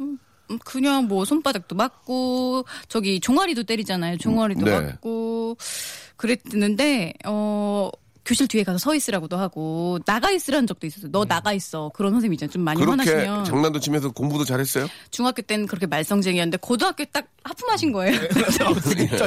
Speaker 3: 음, 그냥 뭐 손바닥도 맞고 저기 종아리도 때리잖아요. 종아리도
Speaker 2: 네.
Speaker 3: 맞고 그랬는데 어. 교실 뒤에 가서 서 있으라고도 하고 나가 있으라는 적도 있었어요. 너 나가 있어. 그런 선생님 있잖아요. 좀 많이
Speaker 2: 음. 그렇게
Speaker 3: 화나시면
Speaker 2: 장난도 치면서 공부도 잘했어요?
Speaker 3: 중학교 때는 그렇게 말썽쟁이였는데 고등학교 딱 하품하신
Speaker 2: 어,
Speaker 3: 거예요.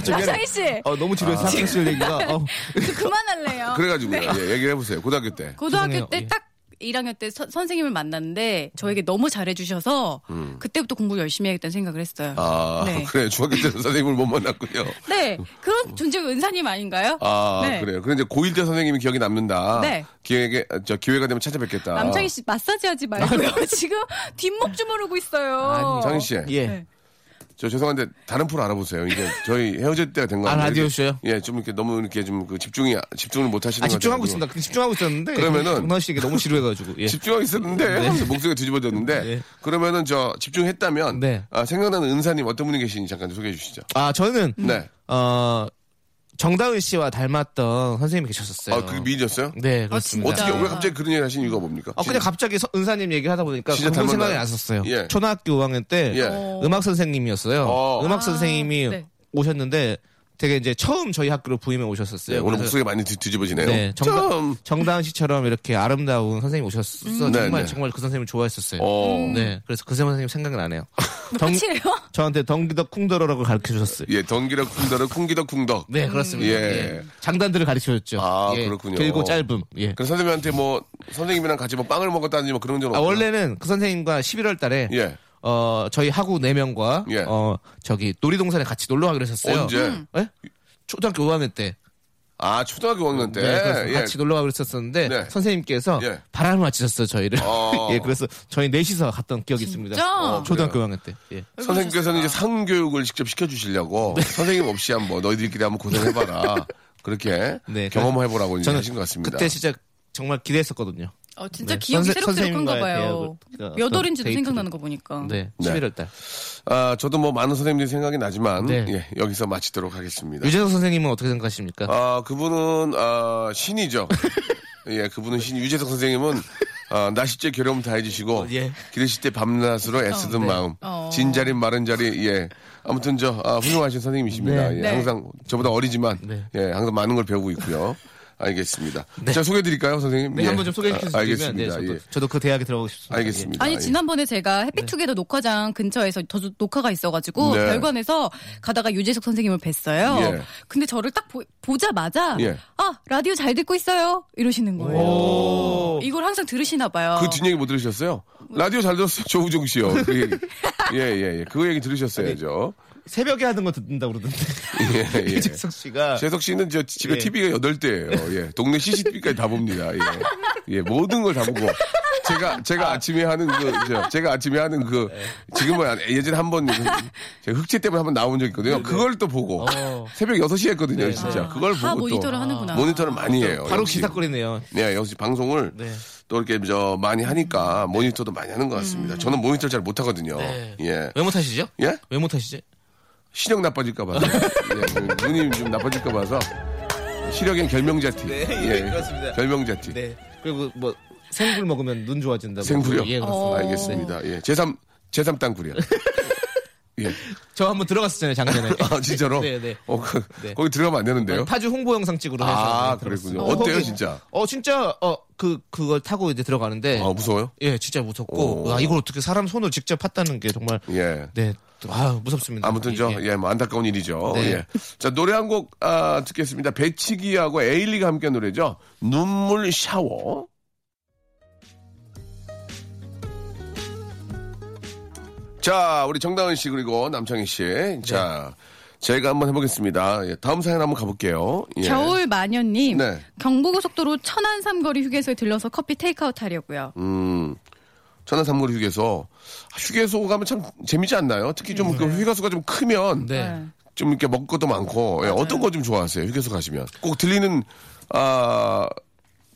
Speaker 3: 나성희 씨
Speaker 4: 어, 너무 지루해서 학생 씨 얘기가 어,
Speaker 3: 저 그만할래요.
Speaker 2: 그래가지고요. 예, 얘기해 보세요. 고등학교 때.
Speaker 3: 어, 네. 고등학교
Speaker 4: 죄송해요.
Speaker 3: 때
Speaker 4: 예.
Speaker 3: 딱 1학년 때 서- 선생님을 만났는데 저에게 너무 잘해주셔서 그때부터 공부를 열심히 해야겠다는 생각을 했어요.
Speaker 2: 음. 아
Speaker 3: 네.
Speaker 2: 그래 중학교 때는 선생님을 못 만났군요.
Speaker 3: 네 그런 존재가 은사님 아닌가요?
Speaker 2: 아
Speaker 3: 네.
Speaker 2: 그래요. 그런데 고1 때 선생님이 기억이 남는다.
Speaker 3: 네.
Speaker 2: 기회가 저 기회가 되면 찾아뵙겠다.
Speaker 3: 남창희 씨 마사지 하지
Speaker 2: 아, 네.
Speaker 3: 말고요. 지금 뒷목 주무르고 있어요.
Speaker 4: 아니,
Speaker 2: 창희 씨.
Speaker 4: 예.
Speaker 3: 네.
Speaker 2: 저 죄송한데 다른 프로 알아보세요. 이제 저희 헤어질 때가 된 거
Speaker 4: 아,
Speaker 2: 같아요.
Speaker 4: 라디오
Speaker 2: 이렇게-
Speaker 4: 쇼요?
Speaker 2: 예, 좀 이렇게 너무 이렇게 좀그 집중이 집중을 못 하시는
Speaker 4: 아
Speaker 2: 것
Speaker 4: 집중하고
Speaker 2: 같아요.
Speaker 4: 있습니다. 그 집중하고 있었는데
Speaker 2: 그러면은-
Speaker 4: 정나 씨 얘기 너무 지루해가지고 예.
Speaker 2: 집중하고 있었는데 목소리가 뒤집어졌는데
Speaker 4: 네.
Speaker 2: 그러면은 저 집중했다면
Speaker 4: 네.
Speaker 2: 아, 생각나는 은사님 어떤 분이 계신지 잠깐 소개해 주시죠.
Speaker 4: 아 저는
Speaker 3: 음.
Speaker 2: 네.
Speaker 4: 어 정다은 씨와 닮았던 선생님이 계셨었어요.
Speaker 2: 아, 그게 미인이었어요?
Speaker 4: 네
Speaker 3: 아,
Speaker 4: 그렇습니다.
Speaker 2: 어떻게
Speaker 3: 진짜.
Speaker 2: 왜 갑자기 그런 얘기 하신 이유가 뭡니까?
Speaker 4: 어, 그냥 갑자기 서- 은사님 얘기를 하다 보니까
Speaker 2: 진짜
Speaker 4: 그런 생각이
Speaker 2: 닮았나요?
Speaker 4: 났었어요.
Speaker 2: 예.
Speaker 4: 초등학교 5학년 때
Speaker 2: 예.
Speaker 4: 음악 선생님이었어요.
Speaker 2: 어.
Speaker 4: 음악 선생님이
Speaker 3: 네.
Speaker 4: 오셨는데 되게 이제 처음 저희 학교로 부임해 오셨었어요.
Speaker 2: 네, 오늘
Speaker 4: 그래서-
Speaker 2: 목소리가 많이 뒤, 뒤집어지네요.
Speaker 4: 네,
Speaker 2: 좀,
Speaker 4: 정다, 정다은 씨처럼 이렇게 아름다운 선생님 오셨어.
Speaker 2: 음. 네,
Speaker 4: 정말
Speaker 2: 네.
Speaker 4: 정말 그 선생님을 좋아했었어요.
Speaker 2: 어,
Speaker 4: 네, 그래서 그 선생님 생각나네요. 덩-
Speaker 3: 끝이에요?
Speaker 4: 저한테 덩기덕 쿵더러라고 가르쳐 주셨어요.
Speaker 2: 예, 덩기덕 쿵덕, 쿵기덕 쿵덕.
Speaker 4: 네, 그렇습니다.
Speaker 2: 예.
Speaker 4: 예. 장단들을 가르쳐 줬죠. 예.
Speaker 2: 아, 그렇군요.
Speaker 4: 길고 짧음. 예.
Speaker 2: 그래서 선생님한테 뭐 선생님이랑 같이 뭐 빵을 먹었다든지 뭐 그런 적은
Speaker 4: 아,
Speaker 2: 없어요.
Speaker 4: 원래는 그 선생님과 11월 달에
Speaker 2: 예.
Speaker 4: 어, 저희 하구 4명과
Speaker 2: 예.
Speaker 4: 어, 저기 놀이동산에 같이 놀러 가기로 했었어요.
Speaker 2: 언제?
Speaker 4: 예? 초등학교 5학년 때.
Speaker 2: 아, 초등학교 5학년 때.
Speaker 4: 네, 그래서
Speaker 2: 예.
Speaker 4: 같이 놀러 가기로 했었는데
Speaker 2: 네.
Speaker 4: 선생님께서
Speaker 2: 예.
Speaker 4: 바람을 맞추셨어요, 저희를.
Speaker 2: 어.
Speaker 4: 예, 그래서 저희 넷이서 갔던 기억이 있습니다.
Speaker 3: 어,
Speaker 4: 초등학교 5학년 때. 예.
Speaker 2: 선생님께서는 이제 상교육을 직접 시켜주시려고
Speaker 4: 네.
Speaker 2: 선생님 없이 한번 너희들끼리 한번 고생해봐라. 그렇게
Speaker 4: 네,
Speaker 2: 경험해보라고 이제
Speaker 4: 저는
Speaker 2: 하신 것 같습니다.
Speaker 4: 그때 진짜 정말 기대했었거든요.
Speaker 3: 어, 진짜
Speaker 4: 네.
Speaker 3: 기억이
Speaker 4: 선생-
Speaker 3: 새록새록한가
Speaker 4: 선생님과의
Speaker 3: 봐요.
Speaker 4: 대화를-
Speaker 3: 몇 월인지도
Speaker 4: 데이트를-
Speaker 3: 생각나는 거 보니까.
Speaker 4: 네,
Speaker 2: 네.
Speaker 4: 11월 달.
Speaker 2: 아, 저도 뭐 많은 선생님들이 생각이 나지만
Speaker 4: 네.
Speaker 2: 예, 여기서 마치도록 하겠습니다.
Speaker 4: 유재석 선생님은 어떻게 생각하십니까?
Speaker 2: 아, 그분은 아, 신이죠. 예, 그분은 신 유재석 선생님은 아, 낮시째 괴로움 다 해주시고
Speaker 4: 예. 네.
Speaker 2: 기르실 때 밤낮으로 애쓰던 마음
Speaker 3: 어.
Speaker 2: 진자리 마른 자리 예 아무튼 저 아, 훌륭하신 선생님이십니다
Speaker 4: 네.
Speaker 2: 예,
Speaker 3: 네.
Speaker 2: 항상 저보다 어리지만
Speaker 4: 네.
Speaker 2: 예 항상 많은 걸 배우고 있고요 알겠습니다 제가 소개해드릴까요 선생님
Speaker 4: 네,
Speaker 2: 예.
Speaker 4: 한번 좀 소개해 주실 수
Speaker 2: 아,
Speaker 4: 있으면 네,
Speaker 2: 알겠습니다
Speaker 4: 저도,
Speaker 2: 예.
Speaker 4: 저도 그 대학에 들어가고 싶습니다.
Speaker 2: 알겠습니다
Speaker 4: 예.
Speaker 2: 예.
Speaker 3: 아니 지난번에 제가
Speaker 4: 네.
Speaker 3: 해피투게더 녹화장 근처에서 저 녹화가 있어가지고
Speaker 2: 네.
Speaker 3: 별관에서 가다가 유재석 선생님을 뵀어요.
Speaker 2: 예.
Speaker 3: 근데 저를 딱 보, 자마자
Speaker 2: 예.
Speaker 3: 아 라디오 잘 듣고 있어요 이러시는 거예요.
Speaker 2: 어.
Speaker 3: 이걸 항상 들으시나 봐요.
Speaker 2: 그 뒷얘기 못 들으셨어요
Speaker 3: 뭐.
Speaker 2: 라디오 잘 들었어요 조우종 씨요 그 예예예 그 얘기 들으셨어야죠
Speaker 4: 예. 새벽에 하는 거 듣는다 그러던데.
Speaker 2: 예, 예.
Speaker 4: 유재석 씨가
Speaker 2: 재석 씨는 저 집에
Speaker 4: 아, 예.
Speaker 2: TV가 여덟 대예요. 예. 동네 CCTV까지 다 봅니다. 예. 예, 모든 걸 다 보고. 제가 제가 아침에 하는 그 저, 제가 아침에 하는 그
Speaker 4: 네.
Speaker 2: 지금은 안- 예전에 한번 제가 흑채 때문에 한번 나온 적 있거든요. 그걸 또 보고
Speaker 4: 네, 어.
Speaker 2: 새벽 6시에 했거든요,
Speaker 4: 네.
Speaker 2: 진짜. 그걸 보고
Speaker 3: 다
Speaker 2: 또
Speaker 3: 모니터를 하는구나.
Speaker 2: 모니터를 많이 해요. 예.
Speaker 4: 바로
Speaker 2: 어, 역시.
Speaker 4: 기사거리네요.
Speaker 2: 네, 역시 방송을
Speaker 4: 네.
Speaker 2: 또 이렇게 저 많이 하니까 모니터도 많이 하는 것 같습니다.
Speaker 3: 음.
Speaker 2: 저는 모니터를 잘 못 하거든요.
Speaker 4: 네.
Speaker 2: 예.
Speaker 4: 왜 못하시죠?
Speaker 2: 예?
Speaker 4: 왜 못하시지?
Speaker 2: 시력 나빠질까 봐서 예, 눈이 좀 나빠질까 봐서 시력엔 결명자티
Speaker 4: 네, 예, 그렇습니다.
Speaker 2: 결명자티
Speaker 4: 네. 그리고 뭐 생굴 먹으면 눈 좋아진다고.
Speaker 2: 생굴이요?
Speaker 4: 예, 그렇습니다. 네.
Speaker 3: 어.
Speaker 2: 알겠습니다 예 제삼 제삼 땅굴이요 예.
Speaker 4: 저 한번 들어갔었잖아요, 작년에.
Speaker 2: 아, 진짜로?
Speaker 4: 네, 네.
Speaker 2: 어, 그,
Speaker 4: 네.
Speaker 2: 거기 들어가면 안 되는데요?
Speaker 4: 파주 홍보 영상 찍으로 해서.
Speaker 2: 아,
Speaker 4: 네, 들어갔어요.
Speaker 2: 그랬군요. 어때요,
Speaker 4: 거기-
Speaker 2: 진짜?
Speaker 4: 어, 진짜, 어, 그, 그걸 타고 이제 들어가는데.
Speaker 2: 아, 무서워요?
Speaker 4: 예, 진짜 무섭고.
Speaker 2: 오.
Speaker 4: 아, 이걸 어떻게 사람 손으로 직접 팠다는 게 정말.
Speaker 2: 예.
Speaker 4: 네. 아, 무섭습니다.
Speaker 2: 아무튼 저,
Speaker 4: 예, 예.
Speaker 2: 예, 뭐 안타까운 일이죠.
Speaker 4: 네.
Speaker 2: 예. 자, 노래 한 곡, 아, 듣겠습니다. 배치기하고 에일리가 함께 한 노래죠. 눈물 샤워. 자, 우리 정다은 씨, 그리고 남창희 씨.
Speaker 4: 네.
Speaker 2: 자, 제가 한번 해보겠습니다. 예, 다음 사연 한번 가볼게요. 예.
Speaker 3: 겨울 마녀님
Speaker 2: 네.
Speaker 3: 경부고속도로 천안 삼거리 휴게소에 들러서 커피 테이크아웃 하려고요.
Speaker 2: 음. 천안 삼거리 휴게소. 아, 휴게소 가면 참 재미지 않나요? 특히 좀 그 휴게소가 좀 크면
Speaker 4: 네.
Speaker 2: 좀 이렇게 먹을 것도 많고 예, 어떤 거 좀 좋아하세요 휴게소 가시면 꼭 들리는 아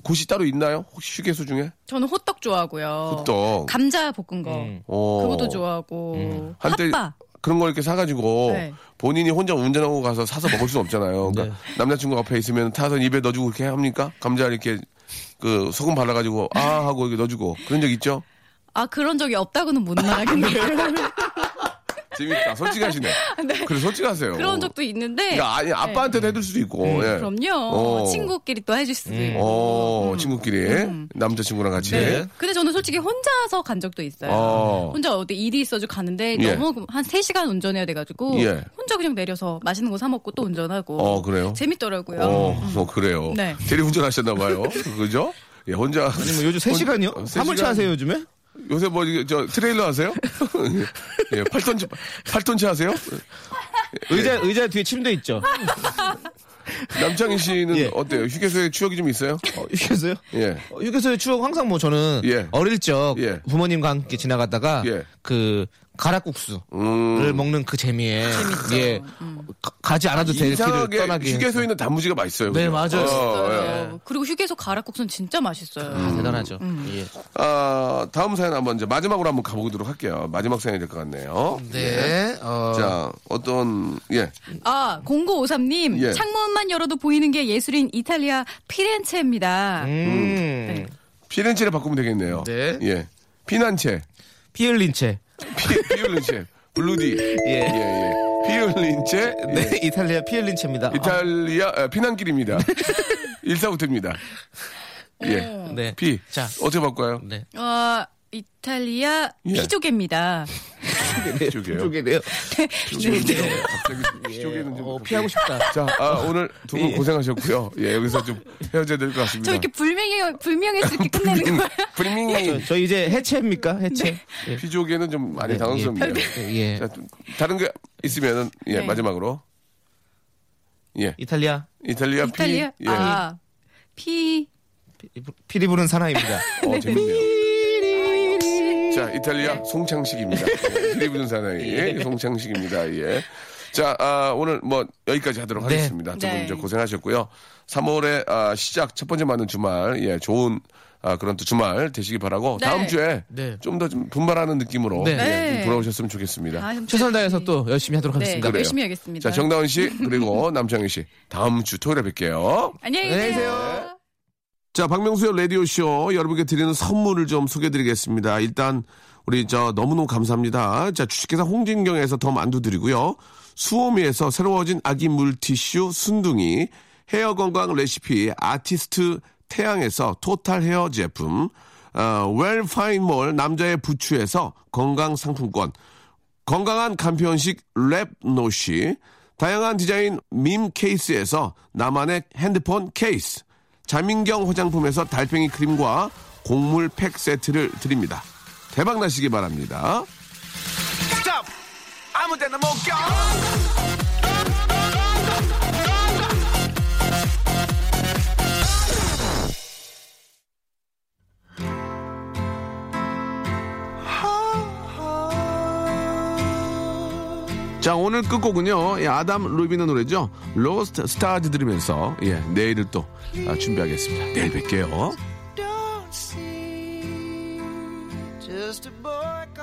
Speaker 2: 곳이 따로 있나요? 혹시 휴게소 중에?
Speaker 3: 저는 호떡 좋아하고요.
Speaker 2: 호떡.
Speaker 3: 감자 볶은 거.
Speaker 4: 음.
Speaker 2: 어.
Speaker 3: 그것도 좋아하고.
Speaker 2: 한때
Speaker 3: 핫바.
Speaker 2: 그런 걸 이렇게 사가지고
Speaker 3: 네.
Speaker 2: 본인이 혼자 운전하고 가서 사서 먹을 수는 없잖아요. 그러니까 남자친구 앞에 있으면 타서 입에 넣어주고 그렇게 합니까? 감자 이렇게 그 소금 발라가지고 아 하고 이렇게 넣어주고 그런 적 있죠?
Speaker 3: 아 그런 적이 없다고는 못 말하겠네요.
Speaker 2: 재밌다. 솔직하시네. 그래 솔직하세요.
Speaker 3: 그런 적도 있는데. 네. 음,
Speaker 2: 그러니까 어. 아니 아빠한테도 해줄 수도 있고. 예.
Speaker 3: 그럼요.
Speaker 2: 어.
Speaker 3: 친구끼리 또 해줄 수도 있고.
Speaker 2: 어 친구끼리
Speaker 3: 음.
Speaker 2: 남자 친구랑 같이.
Speaker 4: 네.
Speaker 3: 근데 저는 솔직히 혼자서 간 적도 있어요.
Speaker 2: 어.
Speaker 3: 혼자 어디 일이 있어가지고 가는데
Speaker 2: 예.
Speaker 3: 너무 그 한 3시간 운전해야 돼가지고
Speaker 2: 예.
Speaker 3: 혼자 그냥 내려서 맛있는 거 사 먹고 또 운전하고
Speaker 2: 어, 그래요?
Speaker 3: 재밌더라고요.
Speaker 2: 어, 뭐 그래요.
Speaker 3: 네.
Speaker 2: 대리운전 하셨나봐요. 그죠? 예, 혼자.
Speaker 4: 아니 뭐 요즘
Speaker 2: 혼-
Speaker 4: 3시간이요?
Speaker 2: 어, 세
Speaker 4: 화물차
Speaker 2: 시간.
Speaker 4: 하세요 요즘에?
Speaker 2: 요새 뭐, 이게 저, 트레일러 하세요? 예, 8톤, 8톤차 하세요? 예.
Speaker 4: 의자 의자 뒤에 침대 있죠?
Speaker 2: 남창희 씨는
Speaker 4: 예.
Speaker 2: 어때요? 휴게소에 추억이 좀 있어요?
Speaker 4: 어, 휴게소요?
Speaker 2: 예.
Speaker 4: 어, 휴게소의 추억 항상 뭐 저는
Speaker 2: 예.
Speaker 4: 어릴 적
Speaker 2: 예.
Speaker 4: 부모님과 함께 지나가다가
Speaker 2: 예.
Speaker 4: 그 가락국수를
Speaker 2: 음.
Speaker 4: 먹는 그 재미에 예 가, 가지 않아도 될 길을
Speaker 2: 이상하게
Speaker 4: 떠나게
Speaker 2: 휴게소에 있는 단무지가 맛있어요.
Speaker 4: 네,
Speaker 2: 그죠?
Speaker 4: 맞아요.
Speaker 2: 어, 예. 음.
Speaker 3: 어, 그리고 휴게소 가락국수는 진짜 맛있어요.
Speaker 4: 아, 대단하죠. 예.
Speaker 2: 아, 다음 사연 한번 이제 마지막으로 한번 가보도록 할게요. 마지막 사연이 될 것 같네요. 예.
Speaker 4: 네. 어,
Speaker 2: 자, 어떤, 예.
Speaker 3: 아, 0953님,
Speaker 2: 예.
Speaker 3: 창문만 열어도 보이는 게 예술인 이탈리아 피렌체입니다.
Speaker 4: 음.
Speaker 2: 피렌체를 바꾸면 되겠네요.
Speaker 4: 네.
Speaker 2: 예. 피난체.
Speaker 4: 피흘린채.
Speaker 2: 피, 피올린체. 블루디. 예. 예, 피올린체.
Speaker 4: 네, 이탈리아 피흘린채입니다.
Speaker 2: 이탈리아, 아, 피난길입니다. 일사부터입니다. 예.
Speaker 4: 아, 네.
Speaker 2: 피.
Speaker 4: 자.
Speaker 2: 어떻게 바꿔요?
Speaker 4: 네.
Speaker 3: 어, 이탈리아
Speaker 2: 예.
Speaker 3: 피조개입니다.
Speaker 2: 쪽이에요.
Speaker 4: 쪽이네요.
Speaker 2: 피조개인데요. 갑자기 피조개는 좀.
Speaker 4: 어, 피하고 싶다.
Speaker 2: 자, 아, 오늘 두 분 고생하셨고요. 예, 여기서 좀 헤어져야 될 것 같습니다.
Speaker 3: 저 이렇게 불명예, 불명예스 이렇게 끝내는 거야.
Speaker 2: 브리밍.
Speaker 4: 저 이제 해체입니까? 해체. 예.
Speaker 2: 피조개는 좀 많이 당황스럽네요.
Speaker 4: 예.
Speaker 2: 자, 좀 다른 게 있으면은, 예,
Speaker 3: 네.
Speaker 2: 마지막으로. 예.
Speaker 4: 이탈리아
Speaker 2: 이탈리아,
Speaker 3: 이탈리아,
Speaker 2: 피. 예.
Speaker 3: 아, 피,
Speaker 4: 피- 피리 부른 사나이입니다.
Speaker 2: 어, 재밌네요. 자,
Speaker 3: 네.
Speaker 2: 이탈리아 송창식입니다. 피리부준 사나이
Speaker 3: 예.
Speaker 2: 예, 송창식입니다. 예. 자, 아, 오늘 뭐 여기까지 하도록
Speaker 4: 네.
Speaker 2: 하겠습니다. 두분
Speaker 3: 네.
Speaker 2: 이제 고생하셨고요. 3월의 시작 첫 번째 맞는 주말, 예, 좋은 아, 그런 또 주말 되시기 바라고
Speaker 3: 네.
Speaker 2: 다음 주에
Speaker 4: 네.
Speaker 2: 좀 더 좀 분발하는 느낌으로
Speaker 4: 네.
Speaker 2: 예,
Speaker 3: 네.
Speaker 2: 좀 돌아오셨으면 좋겠습니다.
Speaker 3: 아, 좀
Speaker 4: 최선을 다해서 또 열심히 하도록
Speaker 3: 네,
Speaker 4: 하겠습니다.
Speaker 2: 그래요.
Speaker 3: 열심히 하겠습니다.
Speaker 2: 자, 정다은 씨 그리고 남창희 씨 다음 주 토요일에 뵐게요.
Speaker 3: 안녕히
Speaker 4: 안녕히
Speaker 3: 계세요.
Speaker 2: 자, 박명수의 라디오쇼 여러분께 드리는 선물을 좀 소개드리겠습니다. 일단, 우리 저 너무너무 감사합니다. 자, 주식회사 홍진경에서 더 만두 드리고요. 수오미에서 새로워진 아기 물티슈 순둥이, 헤어 건강 레시피 아티스트 태양에서 토탈 헤어 제품, 어, 웰파인몰 남자의 부추에서 건강 상품권, 건강한 간편식 랩노시, 다양한 디자인 밈 케이스에서 나만의 핸드폰 케이스, 자민경 화장품에서 달팽이 크림과 곡물 팩 세트를 드립니다. 대박 나시기 바랍니다. 자 오늘 끝곡은요 예, 아담 루비는 노래죠 로스트 스타즈 들으면서 예 내일을 또 아, 준비하겠습니다 내일 뵐게요
Speaker 7: don't see just a boy called